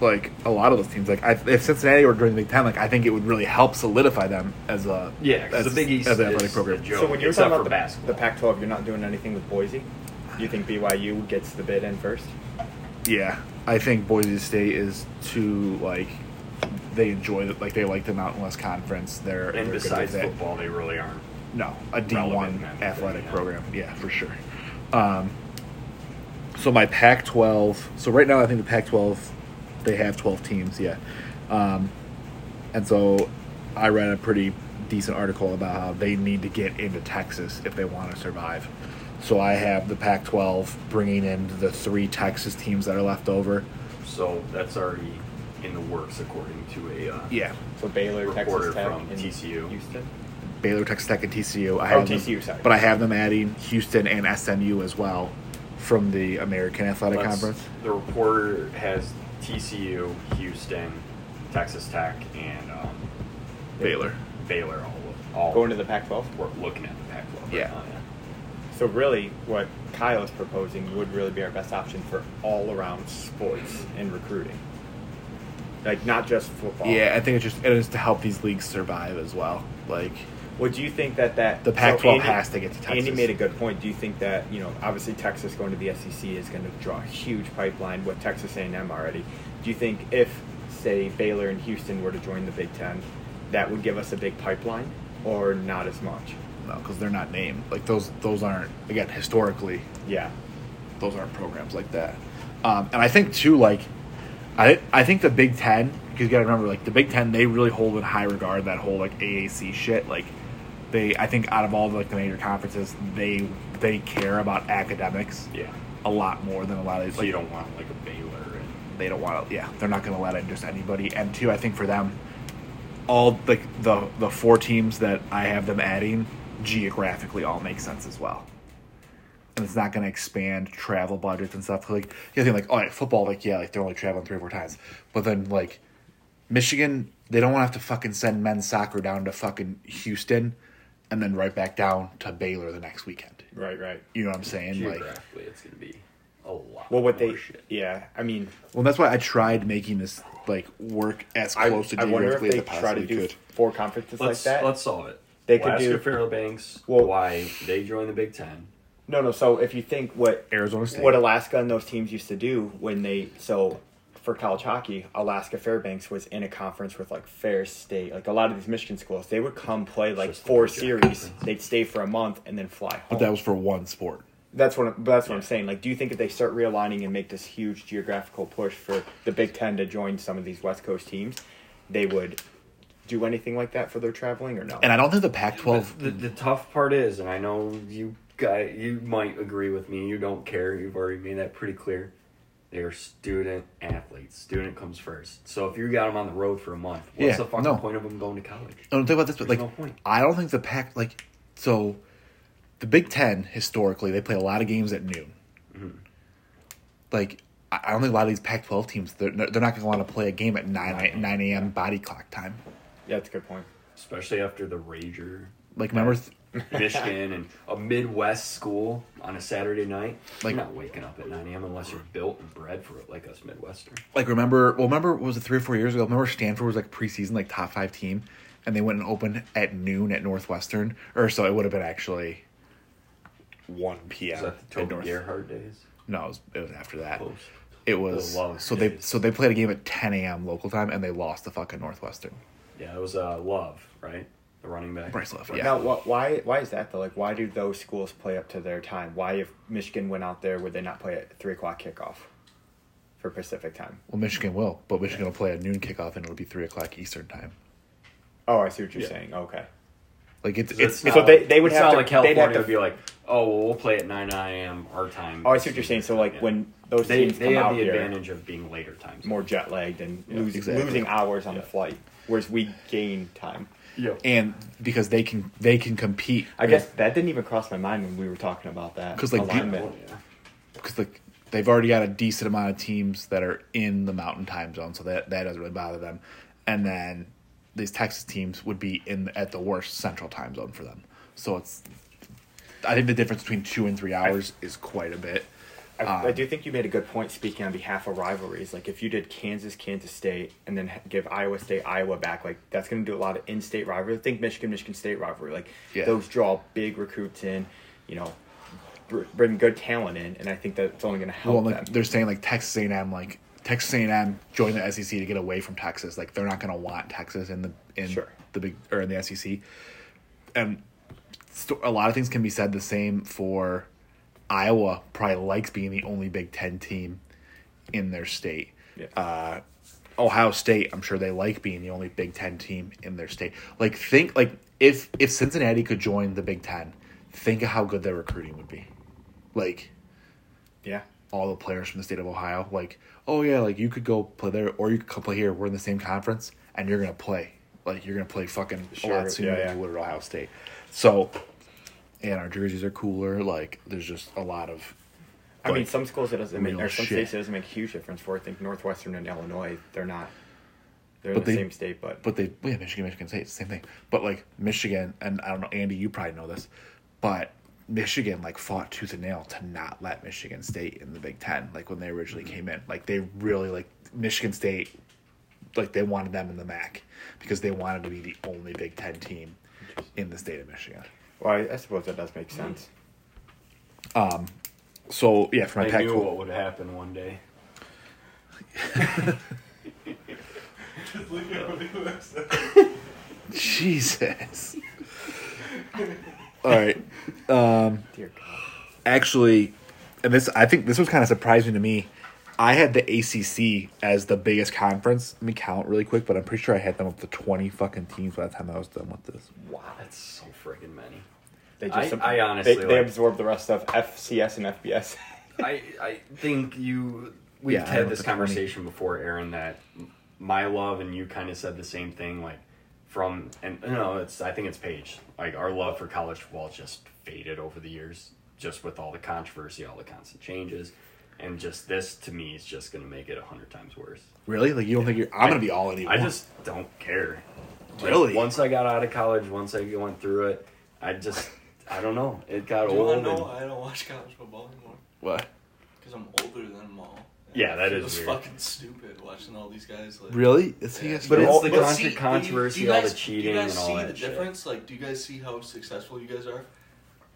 S2: Like a lot of those teams, like I, if Cincinnati were during the Big Ten, like I think it would really help solidify them as a
S6: Yeah, 'cause
S2: as,
S6: the Big East
S2: as an
S6: is
S2: athletic program.
S6: the joke.
S5: So when you're
S6: Except
S5: talking
S6: for
S5: about the,
S6: basketball.
S5: the Pac-12, you're not doing anything with Boise. You think BYU gets the bid in first?
S2: Yeah, I think Boise State is too like they enjoy it, like they like the Mountain West Conference. They're
S6: And
S2: they're
S6: besides
S2: good with it.
S6: football, they really aren't.
S2: no, a D
S6: relevant
S2: one
S6: in that
S2: athletic
S6: thing, yeah.
S2: program. Yeah, for sure. Um, so my Pac twelve. So right now, I think the Pac twelve, they have twelve teams. Yeah, um, and so I read a pretty decent article about how they need to get into Texas if they want to survive. So I have the Pac twelve bringing in the three Texas teams that are left over.
S6: So that's already in the works, according to a uh,
S2: Yeah,
S5: So Baylor,
S6: Reporter
S5: Texas Tech,
S6: from
S5: and
S6: TCU.
S5: Houston.
S2: Baylor, Texas Tech, and TCU. I
S5: Oh,
S2: have them-
S5: TCU, sorry.
S2: But I have them adding Houston and SMU as well from the American Athletic
S6: let's-
S2: Conference.
S6: The reporter has TCU, Houston, Texas Tech, and um,
S2: Baylor.
S6: Baylor all all
S5: Going to the Pac-12.
S6: We're looking at the Pac-12. right
S2: Yeah.
S6: now,
S5: So really, what Kyle is proposing would really be our best option for all-around sports and recruiting, like not just football.
S2: Yeah, I think it's just it is to help these leagues survive as well. Like
S5: Would you think that that
S2: The Pac-12
S5: Andy-
S2: has to get to
S5: Andy
S2: Texas.
S5: made a good point. Do you think that you know obviously Texas going to the SEC is going to draw a huge pipeline with Texas A&M already? Do you think if say Baylor and Houston were to join the Big Ten, that would give us a big pipeline, or not as much?
S2: no, because they're not named. Like those those aren't again historically
S5: Yeah,
S2: those aren't programs like that. Um, and I think too, like, I I think the Big Ten because you got to remember, like, the Big Ten they really hold in high regard that whole like AAC shit. Like, they I think out of all the, like the major conferences, they they care about academics
S6: Yeah. yeah.
S2: a lot more than a lot of these.
S6: So
S2: Like,
S6: you don't want like a Baylor and
S2: they don't want to. Yeah, they're not going to let in just anybody. And two, I think for them, all like the the four teams that I have them adding geographically all make sense as well. And it's not going to expand travel budgets and stuff. Like the other thing, like all right, football, like yeah, like they're only traveling three or four times, but then like Michigan, they don't want to have to fucking send men's soccer down to fucking Houston, and then right back down to Baylor the next weekend.
S5: right, right.
S2: You know what I'm saying? Like,
S6: geographically, it's going to be a lot.
S5: Well, what
S6: more
S5: they
S6: shit.
S5: yeah, I mean,
S2: Well, that's why I tried making this like work as
S5: I,
S2: close to
S5: I wonder if
S2: geographically as
S5: they
S2: I
S5: try to
S2: possibly
S5: do
S2: could.
S5: four conferences
S6: Let's
S5: like that.
S6: let's solve it.
S5: They could
S6: Alaska
S5: do-
S6: Fairbanks.
S5: Well-
S6: why they joined the Big Ten?
S5: No, no. So if you think what
S2: Arizona State.
S5: what Alaska and those teams used to do when they so for college hockey, Alaska Fairbanks was in a conference with like Fair State, like a lot of these Michigan schools. They would come play like
S6: Just
S5: four
S6: like a
S5: series.
S6: conference.
S5: They'd stay for a month and then fly home.
S2: But that was for one sport.
S5: that's what I'm, but that's what I'm
S6: Yeah.
S5: saying. Like, do you think if they start realigning and make this huge geographical push for the Big Ten to join some of these West Coast teams, they would do anything like that for their traveling or no?
S2: And I don't think the Pac-12.
S6: The, the tough part is, and I know you guy, you might agree with me. You don't care. You've already made that pretty clear. They are student athletes. Student comes first. So if you got them on the road for a month, what's
S2: Yeah,
S6: the fucking
S2: no.
S6: point of them going to college?
S2: I don't think about this, but
S6: There's
S2: like,
S6: no point.
S2: I don't think the Pac like so. The Big Ten historically they play a lot of games at noon.
S5: Mm-hmm.
S2: Like I I don't think a lot of these Pac-12 teams they're they're not going to want to play a game at nine nine a.m. body clock time.
S5: yeah, that's a good point.
S6: Especially after the Rager,
S2: Like remember, th-
S6: Michigan, and a Midwest school on a Saturday night.
S2: Like-
S6: Like, you're not waking up at 9 a.m. unless you're built and bred for it like us Midwestern.
S2: like remember well remember what was it three or four years ago remember stanford was like preseason like top five team and they went and opened at noon at northwestern or so it would have been actually 1
S6: Is
S2: p.m
S6: that the
S2: at
S6: Toby Gerhardt days?
S2: no it was, it was after that
S6: Close.
S2: it was
S6: The love
S2: so they
S6: days.
S2: so they played a game at 10 a.m local time and they lost to fucking northwestern
S6: Yeah, it was uh, Love, right? The running back.
S2: Bryce Love,
S6: Right.
S2: yeah.
S5: Now, wh- why why is that though? Like, why do those schools play up to their time? Why, if Michigan went out there, would they not play at three o'clock kickoff for Pacific time?
S2: well michigan will but michigan will play a noon kickoff and it'll be 3 o'clock eastern time
S5: Oh, I see what you're
S6: Yeah.
S5: saying. Okay,
S2: like it's
S6: So
S2: it's,
S6: it's not
S5: so
S6: like-
S5: they- they would
S6: it's
S5: have
S6: not
S5: to-
S6: like
S5: they'd
S6: California
S5: have to-
S6: would be like, oh, well, we'll play at 9 a.m. our time.
S5: Oh, I see what you're saying. So, like, when those
S6: they,
S5: teams
S6: they
S5: come
S6: have
S5: out
S6: the
S5: here-
S6: advantage of being later times.
S5: more jet lagged and lose,
S2: exactly.
S5: losing hours on the
S6: Yeah.
S5: flight, whereas we gain time.
S6: Yeah.
S2: and because they can they can compete
S5: I guess that didn't even cross my mind when we were talking about that
S2: 'Cause, like,
S5: alignment.
S2: because like they've already got a decent amount of teams that are in the mountain time zone, so that that doesn't really bother them. and then these Texas teams would be in at the worst Central time zone for them. So it's, I think the difference between two and three hours is quite a bit.
S5: I,
S2: Um,
S5: I do think you made a good point speaking on behalf of rivalries. Like if you did Kansas, Kansas State, and then h- give Iowa State, Iowa back, like that's going to do a lot of in-state rivalry. Think Michigan, Michigan State rivalry. Like
S2: Yeah.
S5: those draw big recruits in, you know, br- bring good talent in, and I think that's only going to help
S2: Well, like
S5: them.
S2: they're saying, like Texas A&M, like Texas A&M joined the SEC to get away from Texas. Like they're not going to want Texas in the in
S5: Sure.
S2: the big or in the SEC. And st- a lot of things can be said the same for Iowa. Probably likes being the only Big Ten team in their state.
S5: Yeah.
S2: Uh, Ohio State, I'm sure they like being the only Big Ten team in their state. Like think like if if Cincinnati could join the Big Ten, think of how good their recruiting would be. Like
S5: Yeah,
S2: all the players from the state of Ohio, like, oh yeah, like you could go play there or you could come play here. We're in the same conference and you're gonna play. Like you're gonna play fucking a
S5: Sure,
S2: lot sooner
S5: yeah, yeah.
S2: than you would at Ohio State. So and our jerseys are cooler, like there's just a lot of
S5: I mean,
S2: like,
S5: some schools it doesn't make,
S2: real
S5: or some
S2: shit.
S5: states it doesn't make a huge difference for. I think Northwestern and Illinois, they're not. They're in
S2: But
S5: the
S2: they-
S5: same state, but,
S2: but they yeah, Michigan, Michigan State, it's the same thing. But like Michigan and I don't know, Andy, you probably know this, but Michigan like fought tooth and nail to not let Michigan State in the Big Ten, like when they originally
S6: Mm-hmm.
S2: came in. Like they really like Michigan State like they wanted them in the MAC because they wanted to be the only Big Ten team in the state of Michigan.
S5: well, I, I suppose that does make sense.
S2: So yeah, for my
S6: I
S2: Pac
S6: knew what would happen one day.
S4: Just look at what it looks like.
S2: Jesus. All right.
S5: Dear God.
S2: actually, and this I think this was kind of surprising to me. I had the ACC as the biggest conference. Let me count really quick, but I'm pretty sure I had them up to 20 fucking teams by the time I was done with this.
S6: Wow, that's so friggin' many.
S5: They
S6: I-
S5: just
S6: I honestly
S5: they, they
S6: like-
S5: absorb the rest of FCS and FBS.
S6: I I think you we've
S2: Yeah, I
S6: had
S2: know it's
S6: this
S2: a company.
S6: conversation before, Aaron. That my love and you kind of said the same thing, like from and no, it's I think it's Paige. Like our love for college football just faded over the years, just with all the controversy, all the constant changes, and just this to me is just gonna make it a hundred times worse.
S2: Really? Like you don't think you're? I'm gonna be all in.
S6: I
S2: anymore.
S6: just don't care. Like,
S2: Really?
S6: once I got out of college, once I went through it, I just I don't know. It got
S4: Do you
S6: old.
S4: want to know uh,
S6: and-
S4: why I don't watch college football anymore?
S2: what?
S4: Because I'm older than them all.
S6: Yeah, that
S4: It
S6: is
S4: was
S6: weird.
S4: fucking stupid watching all these guys. Like,
S2: Really? It's the
S6: But
S2: but
S6: it's
S2: all,
S6: the
S4: But
S6: con-
S4: see, do you-
S6: controversy,
S4: do you
S6: all the
S4: guys-
S6: cheating
S4: Do you guys
S6: and all
S4: see
S6: that
S4: the
S6: shit.
S4: difference? Like, do you guys see how successful you guys are?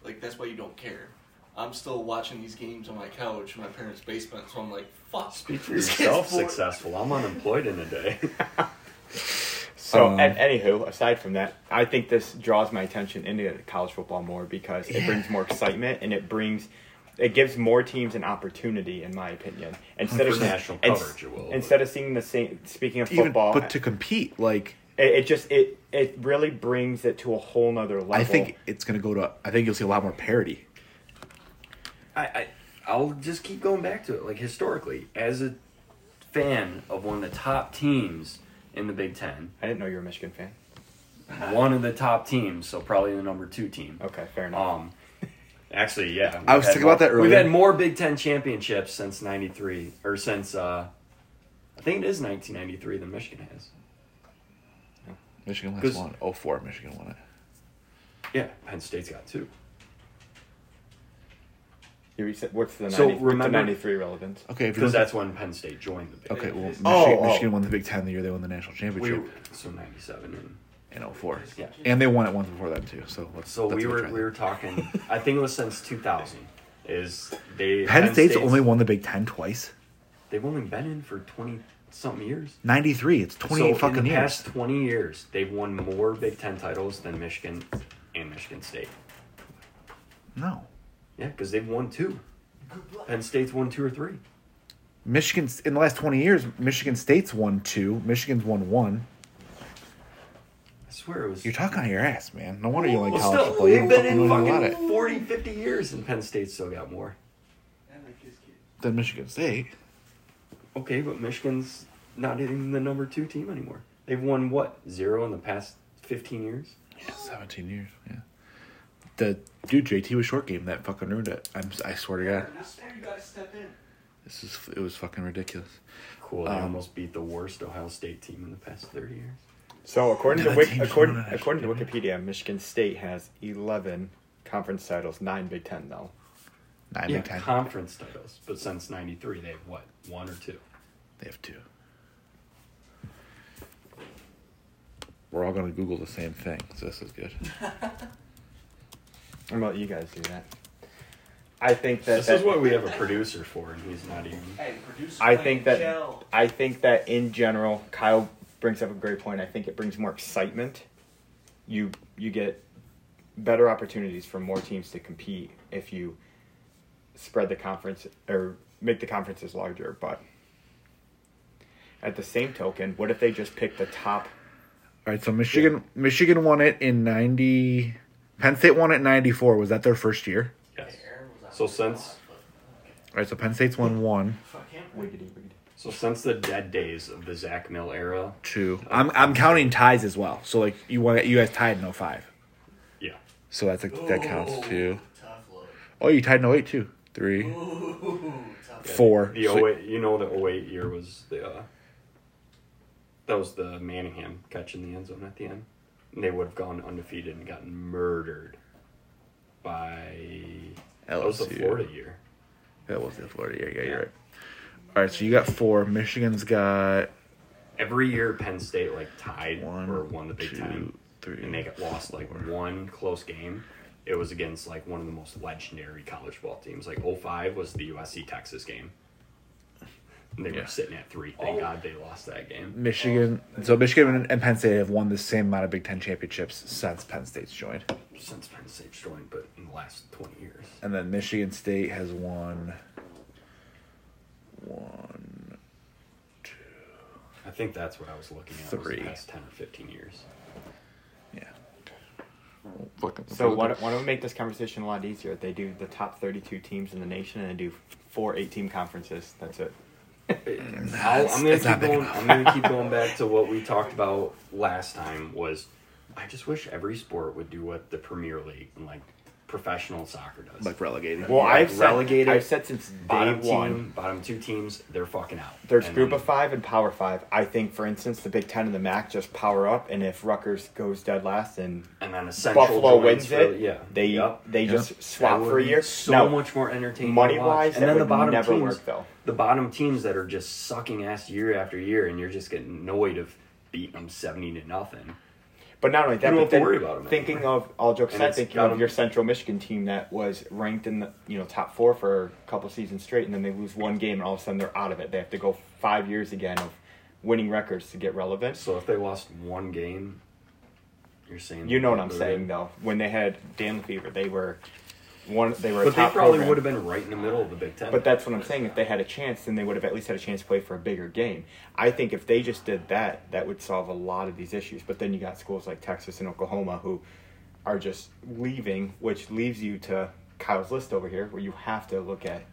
S4: Like, that's why you don't care. I'm still watching these games on my couch in my parents' basement, so I'm like, fuck.
S6: Speak for
S4: this kid's
S6: yourself,
S4: bored.
S6: successful. I'm unemployed in a day.
S5: So,
S2: Um,
S5: and anywho, aside from that, I think this draws my attention into college football more because it
S2: Yeah.
S5: brings more excitement and it brings, it gives more teams an opportunity, in my opinion. Instead of
S6: For national
S5: ins-
S6: coverage, it will, but-
S5: Instead of seeing the same. Speaking of
S2: even
S5: football,
S2: but to compete, like
S5: it, it just it it really brings it to a whole nother level.
S2: I think it's gonna go to. I think you'll see a lot more parity.
S6: I, I I'll just keep going back to it. Like historically, as a fan of one of the top teams in the Big Ten,
S5: I didn't know you were a Michigan fan.
S2: Uh-huh.
S6: one of the top teams, so probably the number two team.
S5: Okay, fair enough.
S6: Um, actually, yeah.
S2: I was
S6: we've had
S2: thinking
S6: more-
S2: about that
S6: We've
S2: earlier.
S6: had more Big Ten championships since '93, or since uh, I think it is 1993 than Michigan has.
S2: Michigan
S6: 'Cause-
S2: last one. Oh four, Michigan won it.
S6: Yeah, Penn State's got two.
S5: You said, what's the
S6: So
S5: 90,
S6: remember-
S5: ninety three relevant?
S2: Okay, if you
S6: Because
S2: look at-
S6: that's when Penn State joined the Big
S2: okay. Well, Michigan,
S5: Oh, oh.
S2: Michigan won the Big Ten the year they won the national
S6: We
S2: championship
S6: were, so '97 and.
S2: in oh four.
S6: Yeah.
S2: and they won it once before that too. So let's,
S6: So
S2: that's
S6: we
S2: a
S6: were
S2: trend.
S6: we were talking. I think it was since 2000. Is they
S2: Penn State's, only won the Big Ten twice.
S6: they've only been in for 20 something years.
S2: Ninety three. It's twenty eight
S6: so in
S2: fucking
S6: the
S2: years.
S6: past 20 years, they've won more Big Ten titles than Michigan and Michigan State.
S2: No,
S6: Yeah, because they've won two. Penn State's won two or three.
S2: Michigan's in the last twenty years. Michigan State's won two. Michigan's won one.
S6: I swear it was.
S2: You're talking out your ass, man. No wonder you like
S6: well,
S2: college
S6: still,
S2: football. You don't
S6: they've been
S2: fucking know
S6: in
S2: about it
S6: fucking 40, 50 years, and Penn State's still got more.
S4: And like this kid.
S2: than Michigan State.
S6: Okay, but Michigan's not even the number two team anymore. They've won what zero in the past 15 years.
S2: Yeah, seventeen years. Yeah. The dude JT was short game that fucking ruined it. I'm, I swear to God.
S4: This is where you gotta step in.
S2: This is it was fucking ridiculous.
S6: Cool. They
S2: Um,
S6: almost beat the worst Ohio State team in the past 30 years.
S5: So according to
S2: Nine
S5: Wik-
S2: teams
S5: according
S2: from the-
S5: according to Wikipedia, Michigan State has eleven conference titles, nine Big Ten though.
S2: Nine
S6: yeah,
S2: Big Ten.
S6: conference titles. But since 93, they have what? One or two?
S2: They have two. We're all gonna Google the same thing. So this is good.
S5: I'm gonna let you guys do that. I think
S2: Uh,
S5: that,
S6: This
S5: that
S6: is what we have a producer for, and he's not even.
S4: Hey, producer.
S5: I think
S4: Wayne
S5: that
S4: Chell.
S5: I think that in general, Kyle brings up a great point. I think it brings more excitement. You you get better opportunities for more teams to compete if you spread the conference or make the conferences larger. But at the same token, what if they just pick the top?
S2: All right, so Michigan Michigan won it in ninety. Penn State won it in ninety four. Was that their first year? uh,
S6: Yes.
S4: Aaron was out
S6: So
S4: there a lot,
S6: since-
S2: All right, so Penn State's won one,
S4: but Fuck him.
S5: Wiggity, wiggity.
S6: So since the dead days of the Zach Mill era,
S2: two. I'm I'm counting ties as well. So like you want you guys tied in 05.
S6: yeah,
S2: So that's like that counts
S4: Ooh,
S2: too.
S4: Tough look.
S2: Oh, you tied in 08 too. Three,
S4: Ooh, tough look.
S2: four.
S6: the
S2: So-
S6: 08, you know, the 08 year was the uh, that was the Manningham catch in the end zone at the end, and they would have gone undefeated and gotten murdered by that was the
S2: LSU.
S6: Florida year.
S2: That was the Florida year. Yeah, you're right. All right, so you got four. Michigan's got
S6: Every year, Penn State like tied
S2: one,
S6: or won the Big
S2: two,
S6: Ten,
S2: three,
S6: and they got lost like
S2: four.
S6: one close game. It was against like one of the most legendary college ball teams. Like 05 was the USC Texas game. And they
S2: Yeah.
S6: were sitting at three. Thank God they lost that game.
S2: Michigan.
S4: Oh,
S2: So Michigan and Penn State have won the same amount of Big Ten championships since Penn State's joined,
S6: Since Penn State's joined, but in the last 20 years.
S2: and then Michigan State has won one.
S6: I think that's what I was looking at. was
S2: Three.
S6: the past 10 or 15 years.
S2: Yeah.
S5: So why don't, why don't we make this conversation a lot easier? They do the top thirty-two teams in the nation, and they do four eight-team conferences. That's it.
S6: I'll, I'm gonna
S2: it's not
S6: keep
S2: big
S6: going.
S2: enough.
S6: I'm gonna keep going back to what we talked about last time. Was I just wish every sport would do what the Premier League and like professional soccer does.
S2: like relegated?
S6: Yeah,
S5: Well, I've
S6: relegated,
S5: said I've said since day
S6: bottom
S5: one.
S6: team, bottom two teams, they're fucking out.
S5: There's
S6: And
S5: group
S6: then-
S5: of five and power five. I think, for instance, the Big Ten and the MAC just power up, and if Rutgers goes dead last and
S6: and then essential
S5: Buffalo
S6: joins
S5: wins
S6: for-
S5: it,
S6: Yeah,
S5: they
S6: Yep.
S5: they
S2: Yep.
S5: just swap
S6: That would
S5: for a
S6: be
S5: year.
S6: So
S5: Now,
S6: much more entertaining.
S5: money
S6: to watch.
S5: wise,
S6: and
S5: that
S6: then the
S5: would
S6: bottom
S5: never
S6: teams,
S5: work, though.
S6: the bottom teams that are just sucking ass year after year, and you're just getting annoyed of beating them seventy to nothing.
S5: But not only that,
S6: don't
S5: but
S6: have to
S5: then
S6: worry about 'em
S5: thinking
S6: anymore.
S5: of all jokes
S6: And
S5: aside,
S6: it's
S5: thinking
S6: got
S5: of
S6: 'em-
S5: your Central Michigan team that was ranked in the you know top four for a couple seasons straight, and then they lose one game, and all of a sudden they're out of it. They have to go five years again of winning records to get relevant.
S6: So if they lost one game, you're saying
S5: You know what I'm
S6: they're
S5: saying,
S6: good.
S5: though. When they had Dan Lefevre, they were one. They were. a
S6: But they
S5: top
S6: probably
S5: program.
S6: would have been right in the middle of the Big Ten.
S5: But that's what I'm saying. If they had a chance, then they would have at least had a chance to play for a bigger game. I think if they just did that, that would solve a lot of these issues. But then you got schools like Texas and Oklahoma who are just leaving, which leaves you to Kyle's list over here, where you have to look at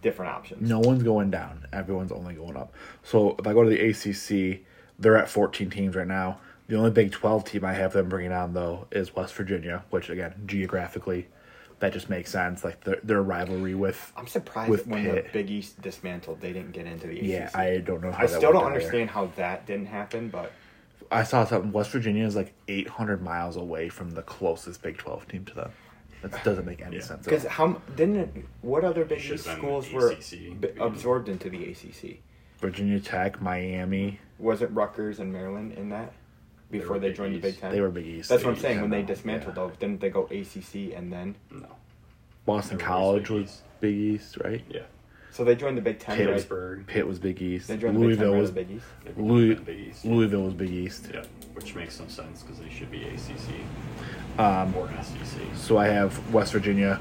S5: different options.
S2: No one's going down. Everyone's only going up. So if I go to the ACC, they're at 14 teams right now. The only Big 12 team I have them bringing on though is West Virginia, which again geographically, that just makes sense. Like their their rivalry with
S5: I'm surprised
S2: with
S5: when the
S2: Pitt.
S5: Big East dismantled, they didn't get into the ACC.
S2: yeah, I don't know. How
S5: I
S2: that
S5: still don't
S2: went down there.
S5: understand how that didn't happen, but
S2: I saw something. West Virginia is like 800 miles away from the closest Big 12 team to them. That doesn't make any sense.
S5: because
S2: At all.
S5: how m- didn't it, what other Big
S6: Should've
S5: East
S6: been
S5: schools were
S6: ACC.
S5: b- absorbed into the ACC?
S2: Virginia Tech, Miami,
S5: wasn't Rutgers and Maryland in that before
S6: were
S5: they,
S6: Big
S5: joined the
S6: East.
S5: Big Ten?
S2: they were Big East.
S5: That's what I'm
S2: They-
S5: saying. When they
S2: yeah.
S5: dismantled, though, didn't they go ACC and then?
S6: no,
S2: Boston
S6: They were
S2: College
S6: Big
S2: was
S6: East.
S2: Big East, right?
S6: yeah,
S5: So they joined the Big Ten. Right?
S6: Pittsburgh,
S2: Pitt was Big East.
S5: They joined the Big
S2: Louisville
S5: Ten. rather
S2: was
S5: than Big East.
S6: They've been
S2: Louis,
S6: Big East.
S2: Louisville was Big East.
S6: yeah, which makes some sense because they should be ACC
S2: Um,
S6: or E SEC.
S2: So I have West Virginia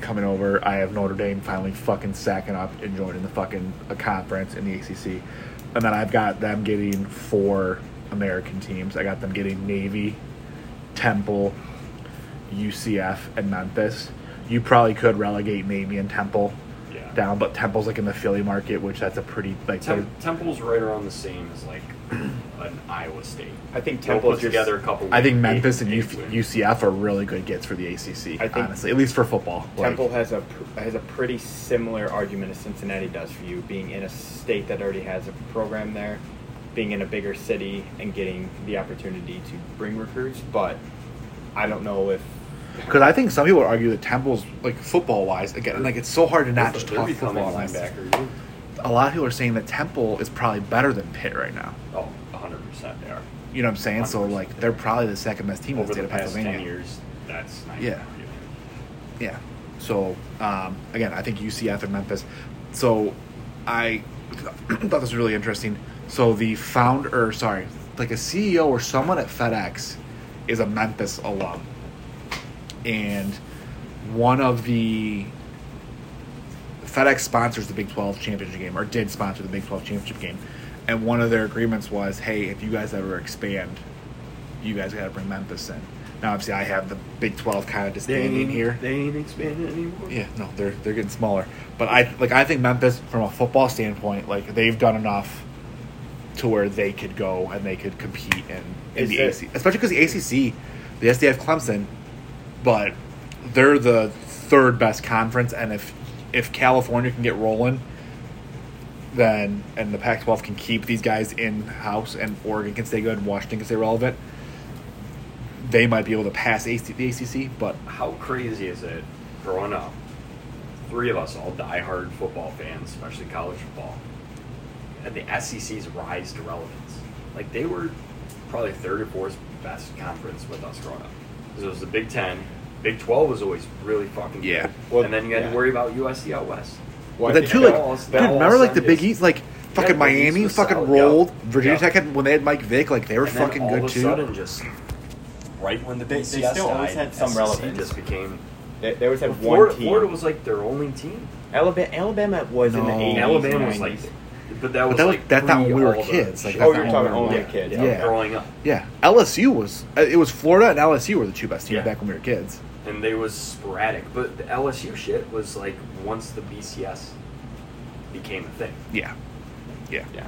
S2: coming over. I have Notre Dame finally fucking sacking up and joining the fucking a conference in the ACC. And then I've got them getting four American teams. I got them getting Navy, Temple, UCF, and Memphis. You probably could relegate Navy and Temple
S6: Yeah.
S2: down, but Temple's like in the Philly market, which that's a pretty like
S6: Tem- Temple's right around the same as like an Iowa State.
S5: I think
S6: They'll
S5: Temple
S6: put
S5: is just,
S6: together a couple.
S2: I think
S6: eight-
S2: Memphis and
S6: eight
S2: Uf-
S6: wins.
S2: UCF are really good gets for the ACC.
S5: I think-
S2: honestly, at least for football. Like,
S5: Temple has a pr- has a pretty similar argument as Cincinnati does for you, being in a state that already has a program there, being in a bigger city, and getting the opportunity to bring recruits. But I don't know if
S2: Because I think some people argue that Temple's like football wise again, like it's so hard to not
S6: They're
S2: just talk
S6: becoming
S2: football. on this.
S6: linebacker. you-
S2: A lot of people are saying that Temple is probably better than Pitt right now.
S6: Oh, 100 percent they are.
S2: You know what I'm saying? So
S6: 100%.
S2: like they're probably the second best team in the
S6: Over
S2: state
S6: the
S2: of
S6: past
S2: Pennsylvania.
S6: 10 years, that's not
S2: Yeah. Yeah. So um, again, I think UCF and Memphis. So I thought this was really interesting. So the founder, sorry, like a CEO or someone at FedEx, is a Memphis alum, and one of the FedEx sponsors the Big 12 championship game, or did sponsor the Big 12 championship game, and one of their agreements was, hey, if you guys ever expand, you guys got to bring Memphis in. Now, obviously, I have the Big 12 kind of disbanding here.
S6: They ain't expanding anymore.
S2: Yeah, no, they're they're getting smaller. But I like I think Memphis, from a football standpoint, like they've done enough to where they could go and they could compete in, in
S5: Is
S2: the
S5: it-
S2: AC, especially because the ACC, the SDF Clemson, but they're the third best conference, and if if California can get rolling, then and the Pac-12 can keep these guys in house, and Oregon can stay good, and Washington can stay relevant. They might be able to pass AC, the ACC, but
S6: How crazy is it? Growing up, three of us all diehard football fans, especially college football, and the SEC's rise to relevance. Like they were probably third or fourth best conference with us growing up. Because it was the Big Ten. Big Twelve was always really fucking
S2: Yeah.
S6: good.
S5: Well,
S6: and then you had
S5: yeah.
S6: to worry about USC out west.
S5: Well,
S2: But
S5: I
S2: then
S5: think
S2: too,
S5: that
S2: like,
S6: all-
S2: dude,
S6: that all
S2: remember like the Big E
S6: Sundays-
S2: East, like fucking
S6: the Big East
S2: Miami,
S6: was
S2: fucking
S6: solid, yeah.
S2: rolled. Virginia
S6: Yeah.
S2: Tech had, when they had Mike Vick, like they were
S6: and then
S2: fucking
S6: all
S2: good
S6: of a
S2: too.
S6: Sudden, just right when the
S5: They-
S6: Big
S5: they
S6: CS
S5: still always
S6: died,
S5: had some
S6: SEC
S5: relevance.
S6: Just became
S5: They, they always had
S6: Well,
S5: one
S6: Florida,
S5: team.
S6: Florida was like their only team.
S5: Alabama, Alabama was in the
S2: No.
S5: 80s.
S6: Alabama was
S5: 90s.
S6: like, but that
S2: But
S6: was
S2: that was-
S6: like
S2: that's not when we
S6: pre
S2: were
S6: all the
S2: kids, like,
S6: shit.
S2: that's
S5: Oh, you're
S2: not
S5: talking
S2: when we were
S5: only
S2: young.
S5: kids.
S6: yeah,
S2: yeah.
S6: growing up,
S2: yeah, LSU was uh, it was Florida and LSU were the two best teams
S6: Yeah.
S2: back when we were kids.
S6: and they was sporadic. But the LSU shit was like once the BCS became a thing.
S2: Yeah, yeah.
S5: Yeah.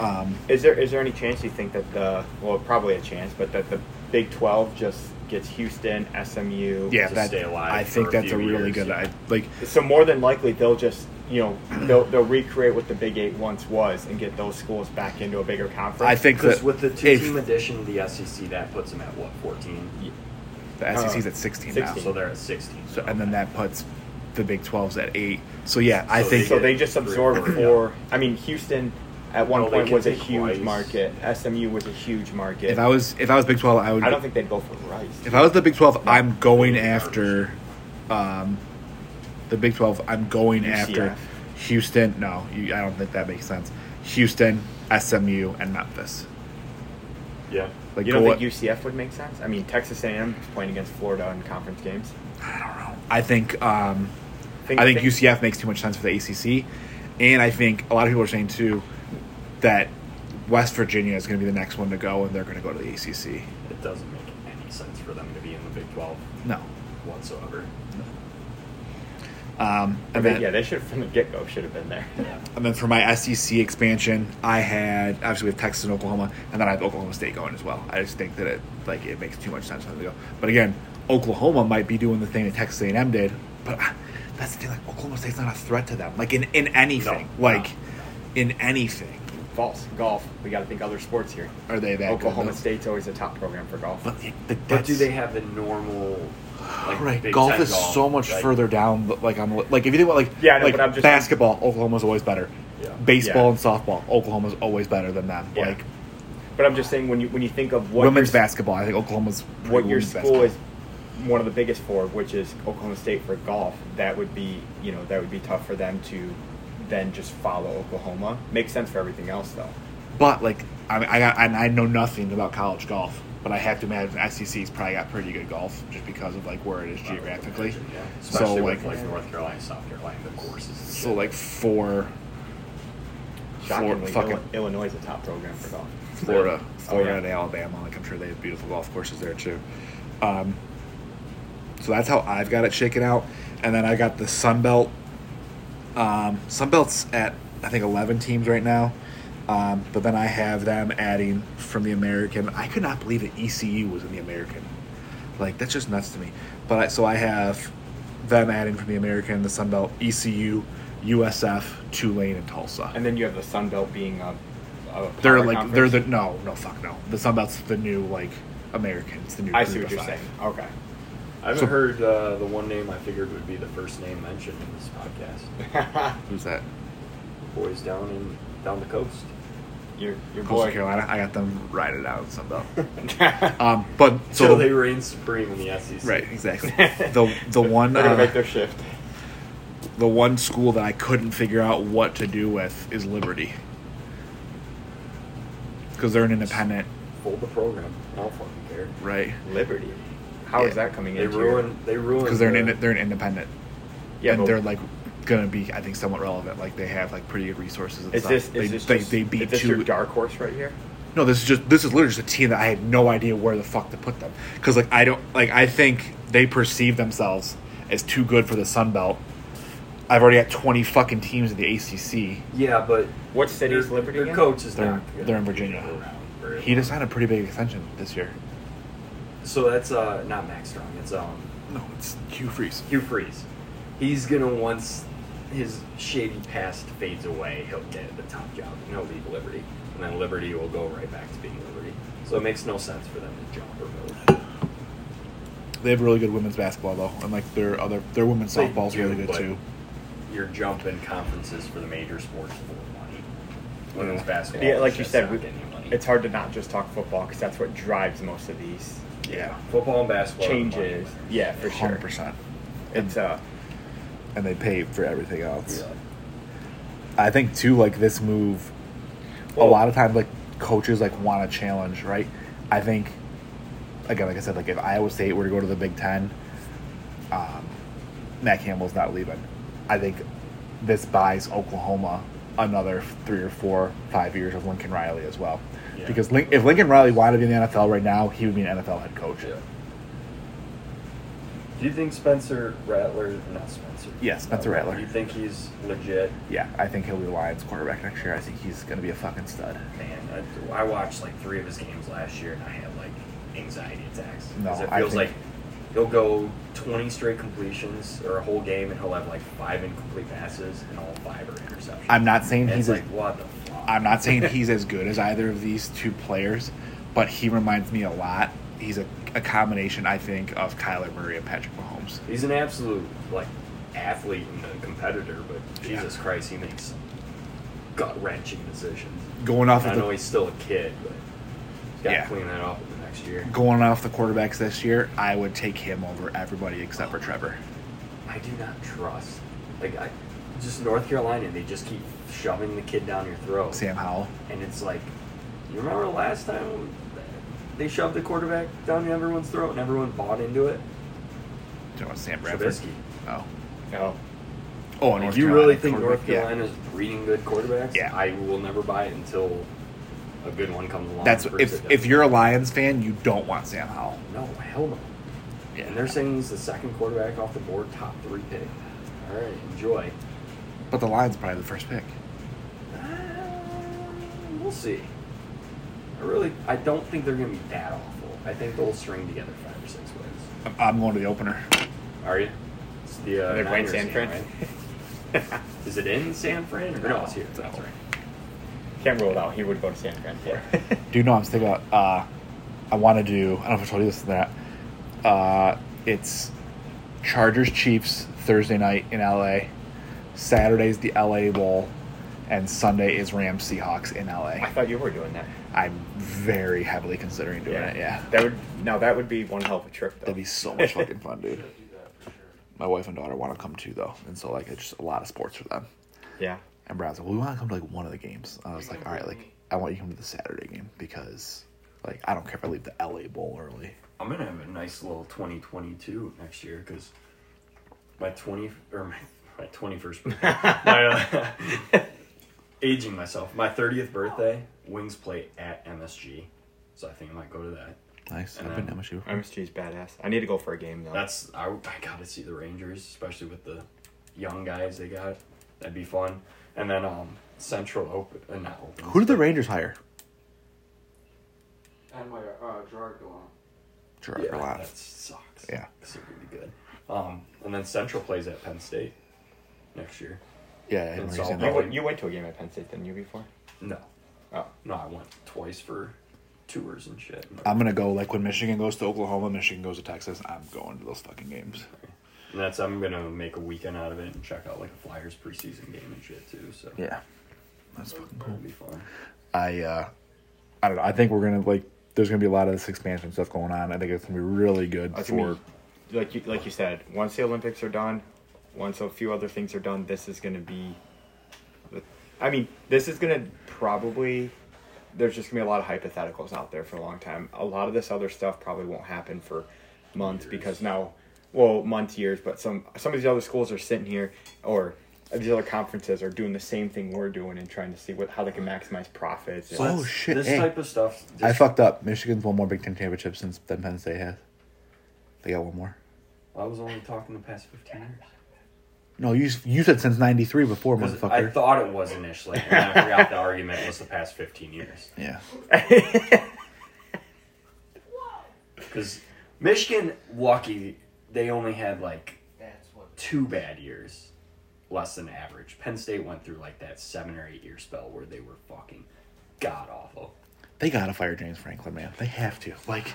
S2: Um,
S5: Is there is there any chance you think that the well probably a chance, but that the Big Twelve just gets Houston, SMU?
S2: yeah,
S6: To
S2: that,
S6: stay alive
S2: I
S6: for
S2: think
S6: a
S2: that's a
S6: few
S2: really
S6: years,
S2: good.
S6: yeah.
S2: I like
S5: So more than likely they'll just you know they'll they'll recreate what the Big Eight once was and get those schools back into a bigger conference.
S2: I think
S6: Because
S2: that
S6: with the two
S2: if
S6: team addition, the SEC that puts them at what fourteen,
S2: the SEC's at sixteen, now,
S5: 16.
S6: so they're at Uh, sixteen.
S2: so, and then that puts the Big 12s at eight. So yeah, I
S6: So
S2: think
S5: so.
S6: get
S5: They just
S6: three or
S5: absorb
S6: four, yeah.
S5: four. I mean, Houston at one
S6: Well, they
S5: point
S6: can
S5: was a
S6: take
S5: huge
S6: Rice.
S5: market. SMU was a huge market.
S2: if I was if I was Big 12, I would.
S5: I don't think they'd go for Rice.
S2: If I was the Big Twelve, I'm going after, um, the Big Twelve. I'm going after
S5: UCF.
S2: Houston. No, you, I don't think that makes sense. Houston, SMU, and Memphis.
S6: Yeah,
S2: Like
S5: you don't
S2: go-
S5: think UCF would make sense? I mean, Texas A&M is playing against Florida in conference games.
S2: I don't know. I think um, I think UCF makes too much sense for the ACC, and I think a lot of people are saying too that West Virginia is going to be the next one to go, and they're going to go to the ACC.
S6: it doesn't make any sense for them to be in the Big Twelve
S2: No.
S6: whatsoever.
S2: Um,
S5: I
S2: and
S5: mean,
S2: then-
S5: yeah, they should from the get go should have been there.
S2: And then for my SEC expansion, I had obviously with Texas and Oklahoma, and then I have Oklahoma State going as well. I just think that it like it makes too much sense for them to go. But again, Oklahoma might be doing the thing that Texas A&M did, but I- that's the thing. Like Oklahoma State's not a threat to them, like in in anything,
S6: No,
S2: like
S6: no.
S2: in anything.
S5: False golf. We got to think other sports here.
S2: Are they that
S5: Oklahoma
S2: good, though?
S5: State's always a top program for golf.
S2: But, it- but,
S6: But do
S2: that's-
S6: they have the normal? Like,
S2: Right,
S6: Big
S2: golf
S6: Ten
S2: is so much
S6: like,
S2: further down. but, Like on, the- like if you think about like
S5: Yeah, I know,
S2: like
S5: but I'm just-
S2: basketball, Oklahoma's always better.
S6: Yeah.
S2: Baseball
S5: Yeah.
S2: and softball, Oklahoma's always better than them.
S5: Yeah.
S2: Like
S5: But I'm just saying when you when you think of what
S2: women's
S5: your,
S2: basketball. I think Oklahoma's
S5: what your
S2: women's
S5: school
S2: basketball.
S5: is one of the biggest for, which is Oklahoma State for golf. That would be you know that would be tough for them to then just follow Oklahoma. Makes sense for everything else though.
S2: But like I, mean, I got and I know nothing about college golf, but I have to imagine SEC's probably got pretty good golf just because of like where it is geographically.
S6: Yeah.
S2: So
S6: Especially
S2: like,
S6: with, like North Carolina, South Carolina, the courses. and
S2: so
S6: shit.
S2: like four, Flor-
S5: Shockingly,
S2: fucking
S5: Illi- Illinois is a top program for golf.
S2: Florida, Florida
S5: Oh, yeah.
S2: and Alabama. Like I'm sure they have beautiful golf courses there too. Um, so that's how I've got it shaken out, and then I got the Sun Belt. Um, Sun Belt's at I think eleven teams right now, Um, but then I have them adding from the American. I could not believe that ECU was in the American. Like that's just nuts to me. But I, so I have them adding from the American, the Sun Belt, E ECU, USF, Tulane, and Tulsa.
S5: And then you have the Sun Belt being a. a
S2: They're
S5: power
S2: like
S5: conference.
S2: they're the no no fuck no the Sun Belt's the new like American. It's the new.
S5: I see
S2: group
S5: what
S2: of
S5: you're
S2: five.
S5: saying. Okay.
S6: I haven't
S2: So-
S6: heard uh, the one name I figured would be the first name mentioned in this podcast.
S2: Who's that?
S6: Boys down in down the coast.
S5: your your
S2: Coastal
S5: boy.
S2: Carolina. I got them riding out in Sun Belt. um, but
S6: So,
S2: so,
S6: they reign supreme in the E SEC.
S2: right exactly the the one
S5: They're gonna make
S2: uh,
S5: their shift.
S2: the one school that I couldn't figure out what to do with is Liberty because they're an independent,
S6: Fold the program. I don't fucking care.
S2: right?
S5: Liberty. How is
S2: Yeah.
S5: that coming
S6: They
S5: in?
S6: ruin. They ruin.
S2: Because they're an
S6: the-
S2: in, they're an independent.
S5: Yeah,
S2: and
S5: but-
S2: they're like gonna be I think somewhat relevant. Like they have like pretty good resources. And
S5: Is
S2: stuff.
S5: this
S2: they,
S5: is this
S2: they,
S5: just,
S2: they beat
S5: is this
S2: two
S5: your dark horse right here?
S2: No, this is just this is literally just a team that I had no idea where the fuck to put them because like I don't like I think they perceive themselves as too good for the Sun Belt. I've already got twenty fucking teams in the ACC.
S6: Yeah, but
S5: What city is Liberty?
S6: Their
S5: in?
S6: coach is
S2: They're-
S6: not. good.
S2: they're in Virginia. He just signed a pretty big extension this year.
S6: So that's uh, not Max Strong. It's um,
S2: No, it's Hugh Freeze.
S6: Hugh Freeze. He's gonna once his shady past fades away, he'll get the top job and he'll leave Liberty, and then Liberty will go right back to being Liberty. So it makes no sense for them to jump or move.
S2: They have really good women's basketball though, and like their other their women's
S6: They
S2: softball's
S6: do,
S2: really good
S6: but-
S2: too.
S6: You're jumping conferences for the major sports for money. Women's basketball.
S5: Yeah, like
S6: is
S5: you
S6: just
S5: said,
S6: not
S5: we,
S6: getting money.
S5: it's hard to not just talk football because that's what drives most of these
S2: Yeah,
S6: football and basketball. are the money
S5: changes.
S6: winners.
S5: Yeah, for
S2: hundred
S5: sure.
S2: percent.
S5: It's uh,
S2: And they pay for everything else.
S6: Yeah.
S2: I think too, like this move, a lot of times like coaches like want to challenge, right? I think again, like I said, like if Iowa State were to go to the Big Ten, um, Matt Campbell's not leaving. I think this buys Oklahoma another three or four, five years of Lincoln Riley as well,
S6: Yeah.
S2: because Link, if Lincoln Riley wanted to be in the NFL right now, he would be an NFL head coach.
S6: Yeah. Do you think Spencer Rattler, not Spencer?
S2: Yeah, Spencer
S6: Uh,
S2: Rattler.
S6: You think he's legit?
S2: Yeah, I think he'll be the Lions quarterback next year. I think he's going to be a fucking stud.
S6: Man, I, I watched like three of his games last year, and I had like anxiety attacks
S2: No,
S6: because it
S2: I
S6: feels
S2: think-
S6: like he'll go 20 straight completions or a whole game, and he'll have like five incomplete passes, and all five are interceptions.
S2: I'm not saying
S6: And
S2: he's
S6: it's
S2: a
S6: like what the fuck.
S2: I'm not saying he's as good as either of these two players, but he reminds me a lot. He's a, a combination, I think, of Kyler Murray and Patrick Mahomes.
S6: He's an absolute like athlete and a competitor, but Jesus Christ, he makes gut wrenching decisions.
S2: Going off
S6: And I
S2: of
S6: know
S2: the,
S6: he's still a kid, but he's got to
S2: Yeah.
S6: clean that up in the next year.
S2: going off the quarterbacks this year, I would take him over everybody except for Trevor.
S6: I do not trust. Like I, just North Carolina, they just keep shoving the kid down your throat.
S2: Sam Howell.
S6: And it's like, you remember last time when they shoved the quarterback down everyone's throat and everyone bought into it?
S2: Do you know what Sam Bradford?
S6: Trubisky.
S2: Oh.
S5: no.
S2: Oh, and
S6: Like,
S2: North
S6: you
S2: Carolina
S6: really think
S2: quarterback,
S6: North
S2: yeah.
S6: Carolina is breeding good quarterbacks?
S2: Yeah.
S6: I will never buy it until a good one comes along.
S2: That's
S6: and proves it
S2: if if
S6: doesn't.
S2: you're a Lions fan, you don't want Sam Howell.
S6: No, hell no. And they're saying he's the second quarterback off the board, top three pick. All right, enjoy.
S2: But the Lions probably the first pick.
S6: Uh, we'll see. I really, I don't think they're going to be that awful. I think they'll string together five or six wins.
S2: I'm- I'm going to the opener.
S6: Are you? It's the uh,
S5: They're playing
S6: Niners
S5: San
S6: game,
S5: Fran.
S6: right? Is it in San Fran? Or no, it's here. That's right.
S5: Can't rule it out. He would go to San Fran for it.
S2: Do you know what I'm thinking about? Uh, I want to do. I don't know if I told you this or that. Uh, it's Chargers Chiefs Thursday night in LA. Saturday's the LA Bowl, and Sunday is Rams Seahawks in
S5: I
S2: LA.
S5: thought you were doing that.
S2: I'm very heavily considering doing it. Yeah,
S5: That would now that would be one hell of a trip though.
S2: that'd be so much fucking fun, dude. My wife and daughter want to come too, though, and so like it's just a lot of sports for them.
S5: yeah.
S2: And Brad's like, well, we want to come to like one of the games. And I was like, all right, like I want you to come to the Saturday game because like I don't care if I leave the LA Bowl early.
S6: I'm gonna have a nice little 2022 next year because my 20 or my my 21st, my, uh, aging myself. My 30th birthday, Wings play at MSG, so I think I might go to that.
S2: Nice.
S6: And
S2: I've been
S6: then-
S2: to MSU.
S5: MSG's badass. I need to go for a game though.
S6: That's I, I gotta see the Rangers, especially with the young guys they got. That'd be fun. and then um Central open uh, not open.
S2: Who did the Rangers hire?
S6: And where uh, Gerard go on?
S2: Gerard
S6: Yeah,
S2: Gallant.
S6: that sucks.
S2: Yeah.
S6: this would be good. Um, and then Central plays at Penn State next year.
S2: Yeah, I
S6: And
S2: remember
S6: so-
S2: he's in
S5: You
S2: that.
S5: went, you went to a game at Penn State, didn't you, before?
S6: No,
S5: Oh.
S6: no, I went twice for tours and shit.
S2: I'm gonna go like when Michigan goes to Oklahoma, Michigan goes to Texas. I'm going to those fucking games.
S6: And that's I'm gonna make a weekend out of it and check out like a Flyers preseason game and shit too. So
S2: Yeah, that's fucking
S6: it'll be fun.
S2: I uh, I don't know. I think we're gonna like. There's gonna be a lot of this expansion stuff going on. I think it's gonna be really good
S5: That's
S2: for.
S5: gonna be, like you like you said, once the Olympics are done, once a few other things are done, this is going to be. I mean, this is going to probably. There's just going to be a lot of hypotheticals out there for a long time. A lot of this other stuff probably won't happen for months because now, well, months, years, but some some of these other schools are sitting here or. These other conferences are doing the same thing we're doing and trying to see what how they can maximize profits.
S2: Oh,
S6: That's-
S2: shit,
S6: This
S2: hey.
S6: type of stuff.
S2: I
S6: this-
S2: fucked up. Michigan's won more Big Ten championships since than Penn State has. They got one more.
S6: I was only talking the past fifteen years.
S2: No, you you said since '93 before,
S6: 'Cause
S2: motherfucker.
S6: I thought it was initially, and then I forgot the argument was the past fifteen years.
S2: yeah,
S6: Because Michigan, lucky, they only had like
S4: That's what.
S6: two bad years, less than average. Penn State went through like that seven or eight year spell where they were fucking god awful.
S2: they gotta fire James Franklin, man. They have to. Like,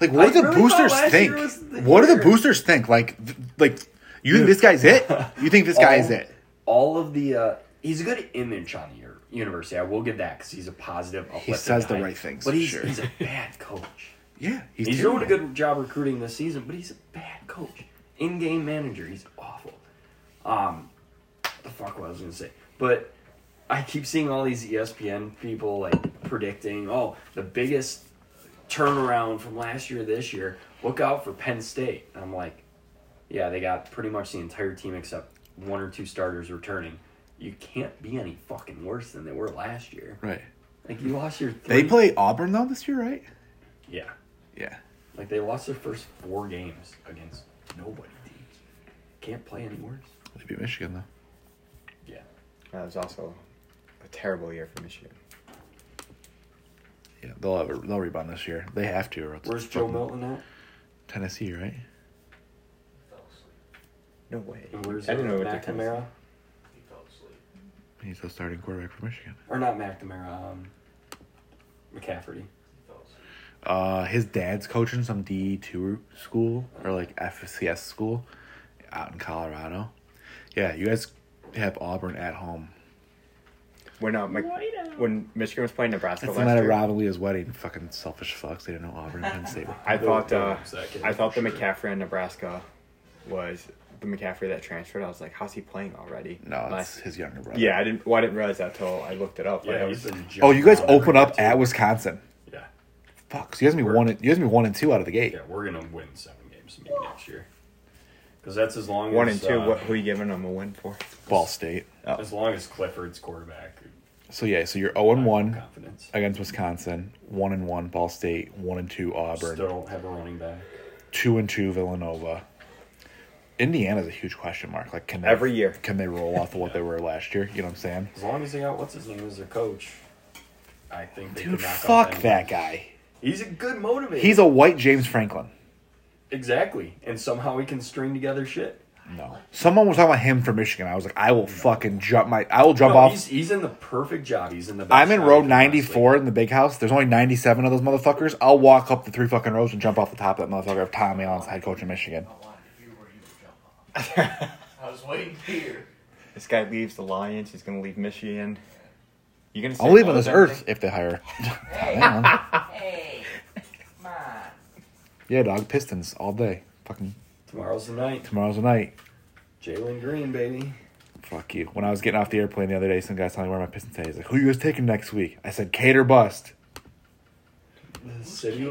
S2: like what do the
S6: really
S2: boosters
S6: thought last
S2: think?
S6: year was the
S2: what do the
S6: year.
S2: boosters think? Like, th- like you think this guy's it? You think this guy is
S6: All-
S2: it?
S6: All of the uh, he's a good image on the ur- university. I will give that because he's a positive. uplifting
S2: says the
S6: guy.
S2: right things,
S6: but he's
S2: sure.
S6: he's a bad coach.
S2: Yeah,
S6: He's
S2: terrible.
S6: doing a good job recruiting this season, but he's a bad coach. In-game manager, he's awful. Um, the fuck what I was gonna say, but I keep seeing all these E ESPN people like predicting, oh, the biggest turnaround from last year to this year. Look out for Penn State. And I'm like, yeah, they got pretty much the entire team except one or two starters returning. You can't be any fucking worse than they were last year.
S2: Right.
S6: Like you lost your. Three-
S2: They play Auburn though this year, right?
S6: Yeah.
S2: Yeah.
S6: Like they lost their first four games against nobody teams. Can't play any worse.
S2: They beat Michigan though.
S6: Yeah.
S5: That was also a terrible year for Michigan.
S2: Yeah, they'll have a, they'll rebound this year. They have to. Or it's
S6: Where's Joe
S2: fucking
S6: Milton at?
S2: Tennessee, right?
S5: No way.
S6: And where's
S5: I didn't know
S6: uh,
S5: what their team was.
S6: McNamara?
S2: He's the starting quarterback for Michigan.
S6: Or not McNamara, um, McCafferty.
S2: Uh, his dad's coaching some D two school or like FCS school out in Colorado. Yeah, you guys have Auburn at home.
S5: When uh, Mc- when Michigan was playing Nebraska
S2: That's the
S5: last
S2: night of
S5: year,
S2: Robin Leah's wedding. Fucking selfish fucks. They didn't know Auburn and Penn State. were-
S5: I thought
S6: They'll- they'll
S5: uh,
S6: upset kids
S5: I thought the
S6: for sure.
S5: McCaffrey in Nebraska was the McCaffrey that transferred. I was like, how's he playing already?
S2: No, it's
S5: Last-
S2: his younger brother.
S5: yeah, I didn't. Well, I didn't realize that till I looked it up. but I
S6: Yeah,
S5: was-
S6: he's been
S2: Oh, you guys
S6: jumping
S2: open
S6: around
S2: up
S6: too.
S2: at Wisconsin.
S6: Yeah.
S2: Fuck. So you guys gonna be one. You guys gonna be one and two out of the gate.
S6: Yeah, we're gonna win seven games maybe next year. Because that's as long
S5: one
S6: as
S5: and two.
S6: uh,
S5: what, who are you giving them a win for?
S2: Ball State. Uh,
S6: as long as Clifford's quarterback.
S2: So yeah, so you're zero and one
S6: Confidence.
S2: against Wisconsin, one and one Ball State, one and two Auburn,
S6: Still don't have a running back.
S2: two and two Villanova. Indiana's a huge question mark. Like, can they,
S5: Every year.
S2: can they roll off of what they were last year? You know what I'm saying?
S6: As long as they got what's his name as their coach, I think they
S2: Dude,
S6: can knock off
S2: fuck
S6: anyone.
S2: that guy.
S6: He's a good motivator.
S2: He's a white James Franklin.
S6: Exactly. And somehow we can string together shit.
S2: No, someone was talking about him from Michigan. I was like, I will fucking jump my, I will jump
S6: No,
S2: off.
S6: he's, he's in the perfect job. He's in the best
S2: I'm in
S6: job
S2: row
S6: he can possibly
S2: 94 in the big house. There's only 97 of those motherfuckers. I'll walk up the three fucking rows and jump off the top of that motherfucker of Tom Allen's head coach in Michigan.
S4: I wanted to hear where you would jump off. I was waiting to hear.
S5: This guy leaves the Lions. He's gonna leave Michigan. You gonna? say
S2: I'll leave
S5: no
S2: on
S5: to
S2: this
S5: everything?
S2: earth if they hire Tom Allen.
S1: Hey, come on.
S2: Yeah, dog. Pistons all day. Fucking
S6: Tomorrow's the night.
S2: tomorrow's the night.
S6: Jalen Green, baby.
S2: Fuck you. When I was getting off the airplane the other day, some guy telling me where my Pistons at. He's like, "Who you guys taking next week?" I said, "Cater bust."
S6: The city,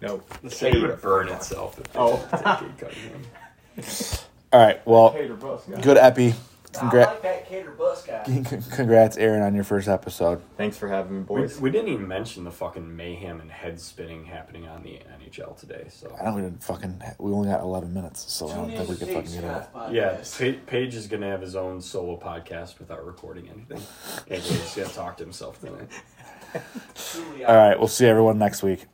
S5: No.
S6: the city would burn itself if they
S5: Oh.
S6: didn't take Kate Cunningham.
S2: All right. Well,
S5: Cater bus guy.
S2: good epi.
S4: I
S2: Congrats.
S4: like that cater bus. plus guy.
S2: Congrats, Aaron, on your first episode.
S5: Thanks for having me,
S6: We,
S5: boys.
S6: we didn't even mention the fucking mayhem and head spinning happening on the NHL today. So
S2: I don't even fucking. We only got 11 minutes, so I
S4: Tune
S2: don't
S4: in
S2: think we
S4: to
S2: could fucking
S4: Jake's
S2: get it.
S4: Path podcast.
S6: yeah, pa- Paige is gonna have his own solo podcast without recording anything. And he's gonna talk to himself tonight.
S4: Truly,
S2: All right, we'll see everyone next week.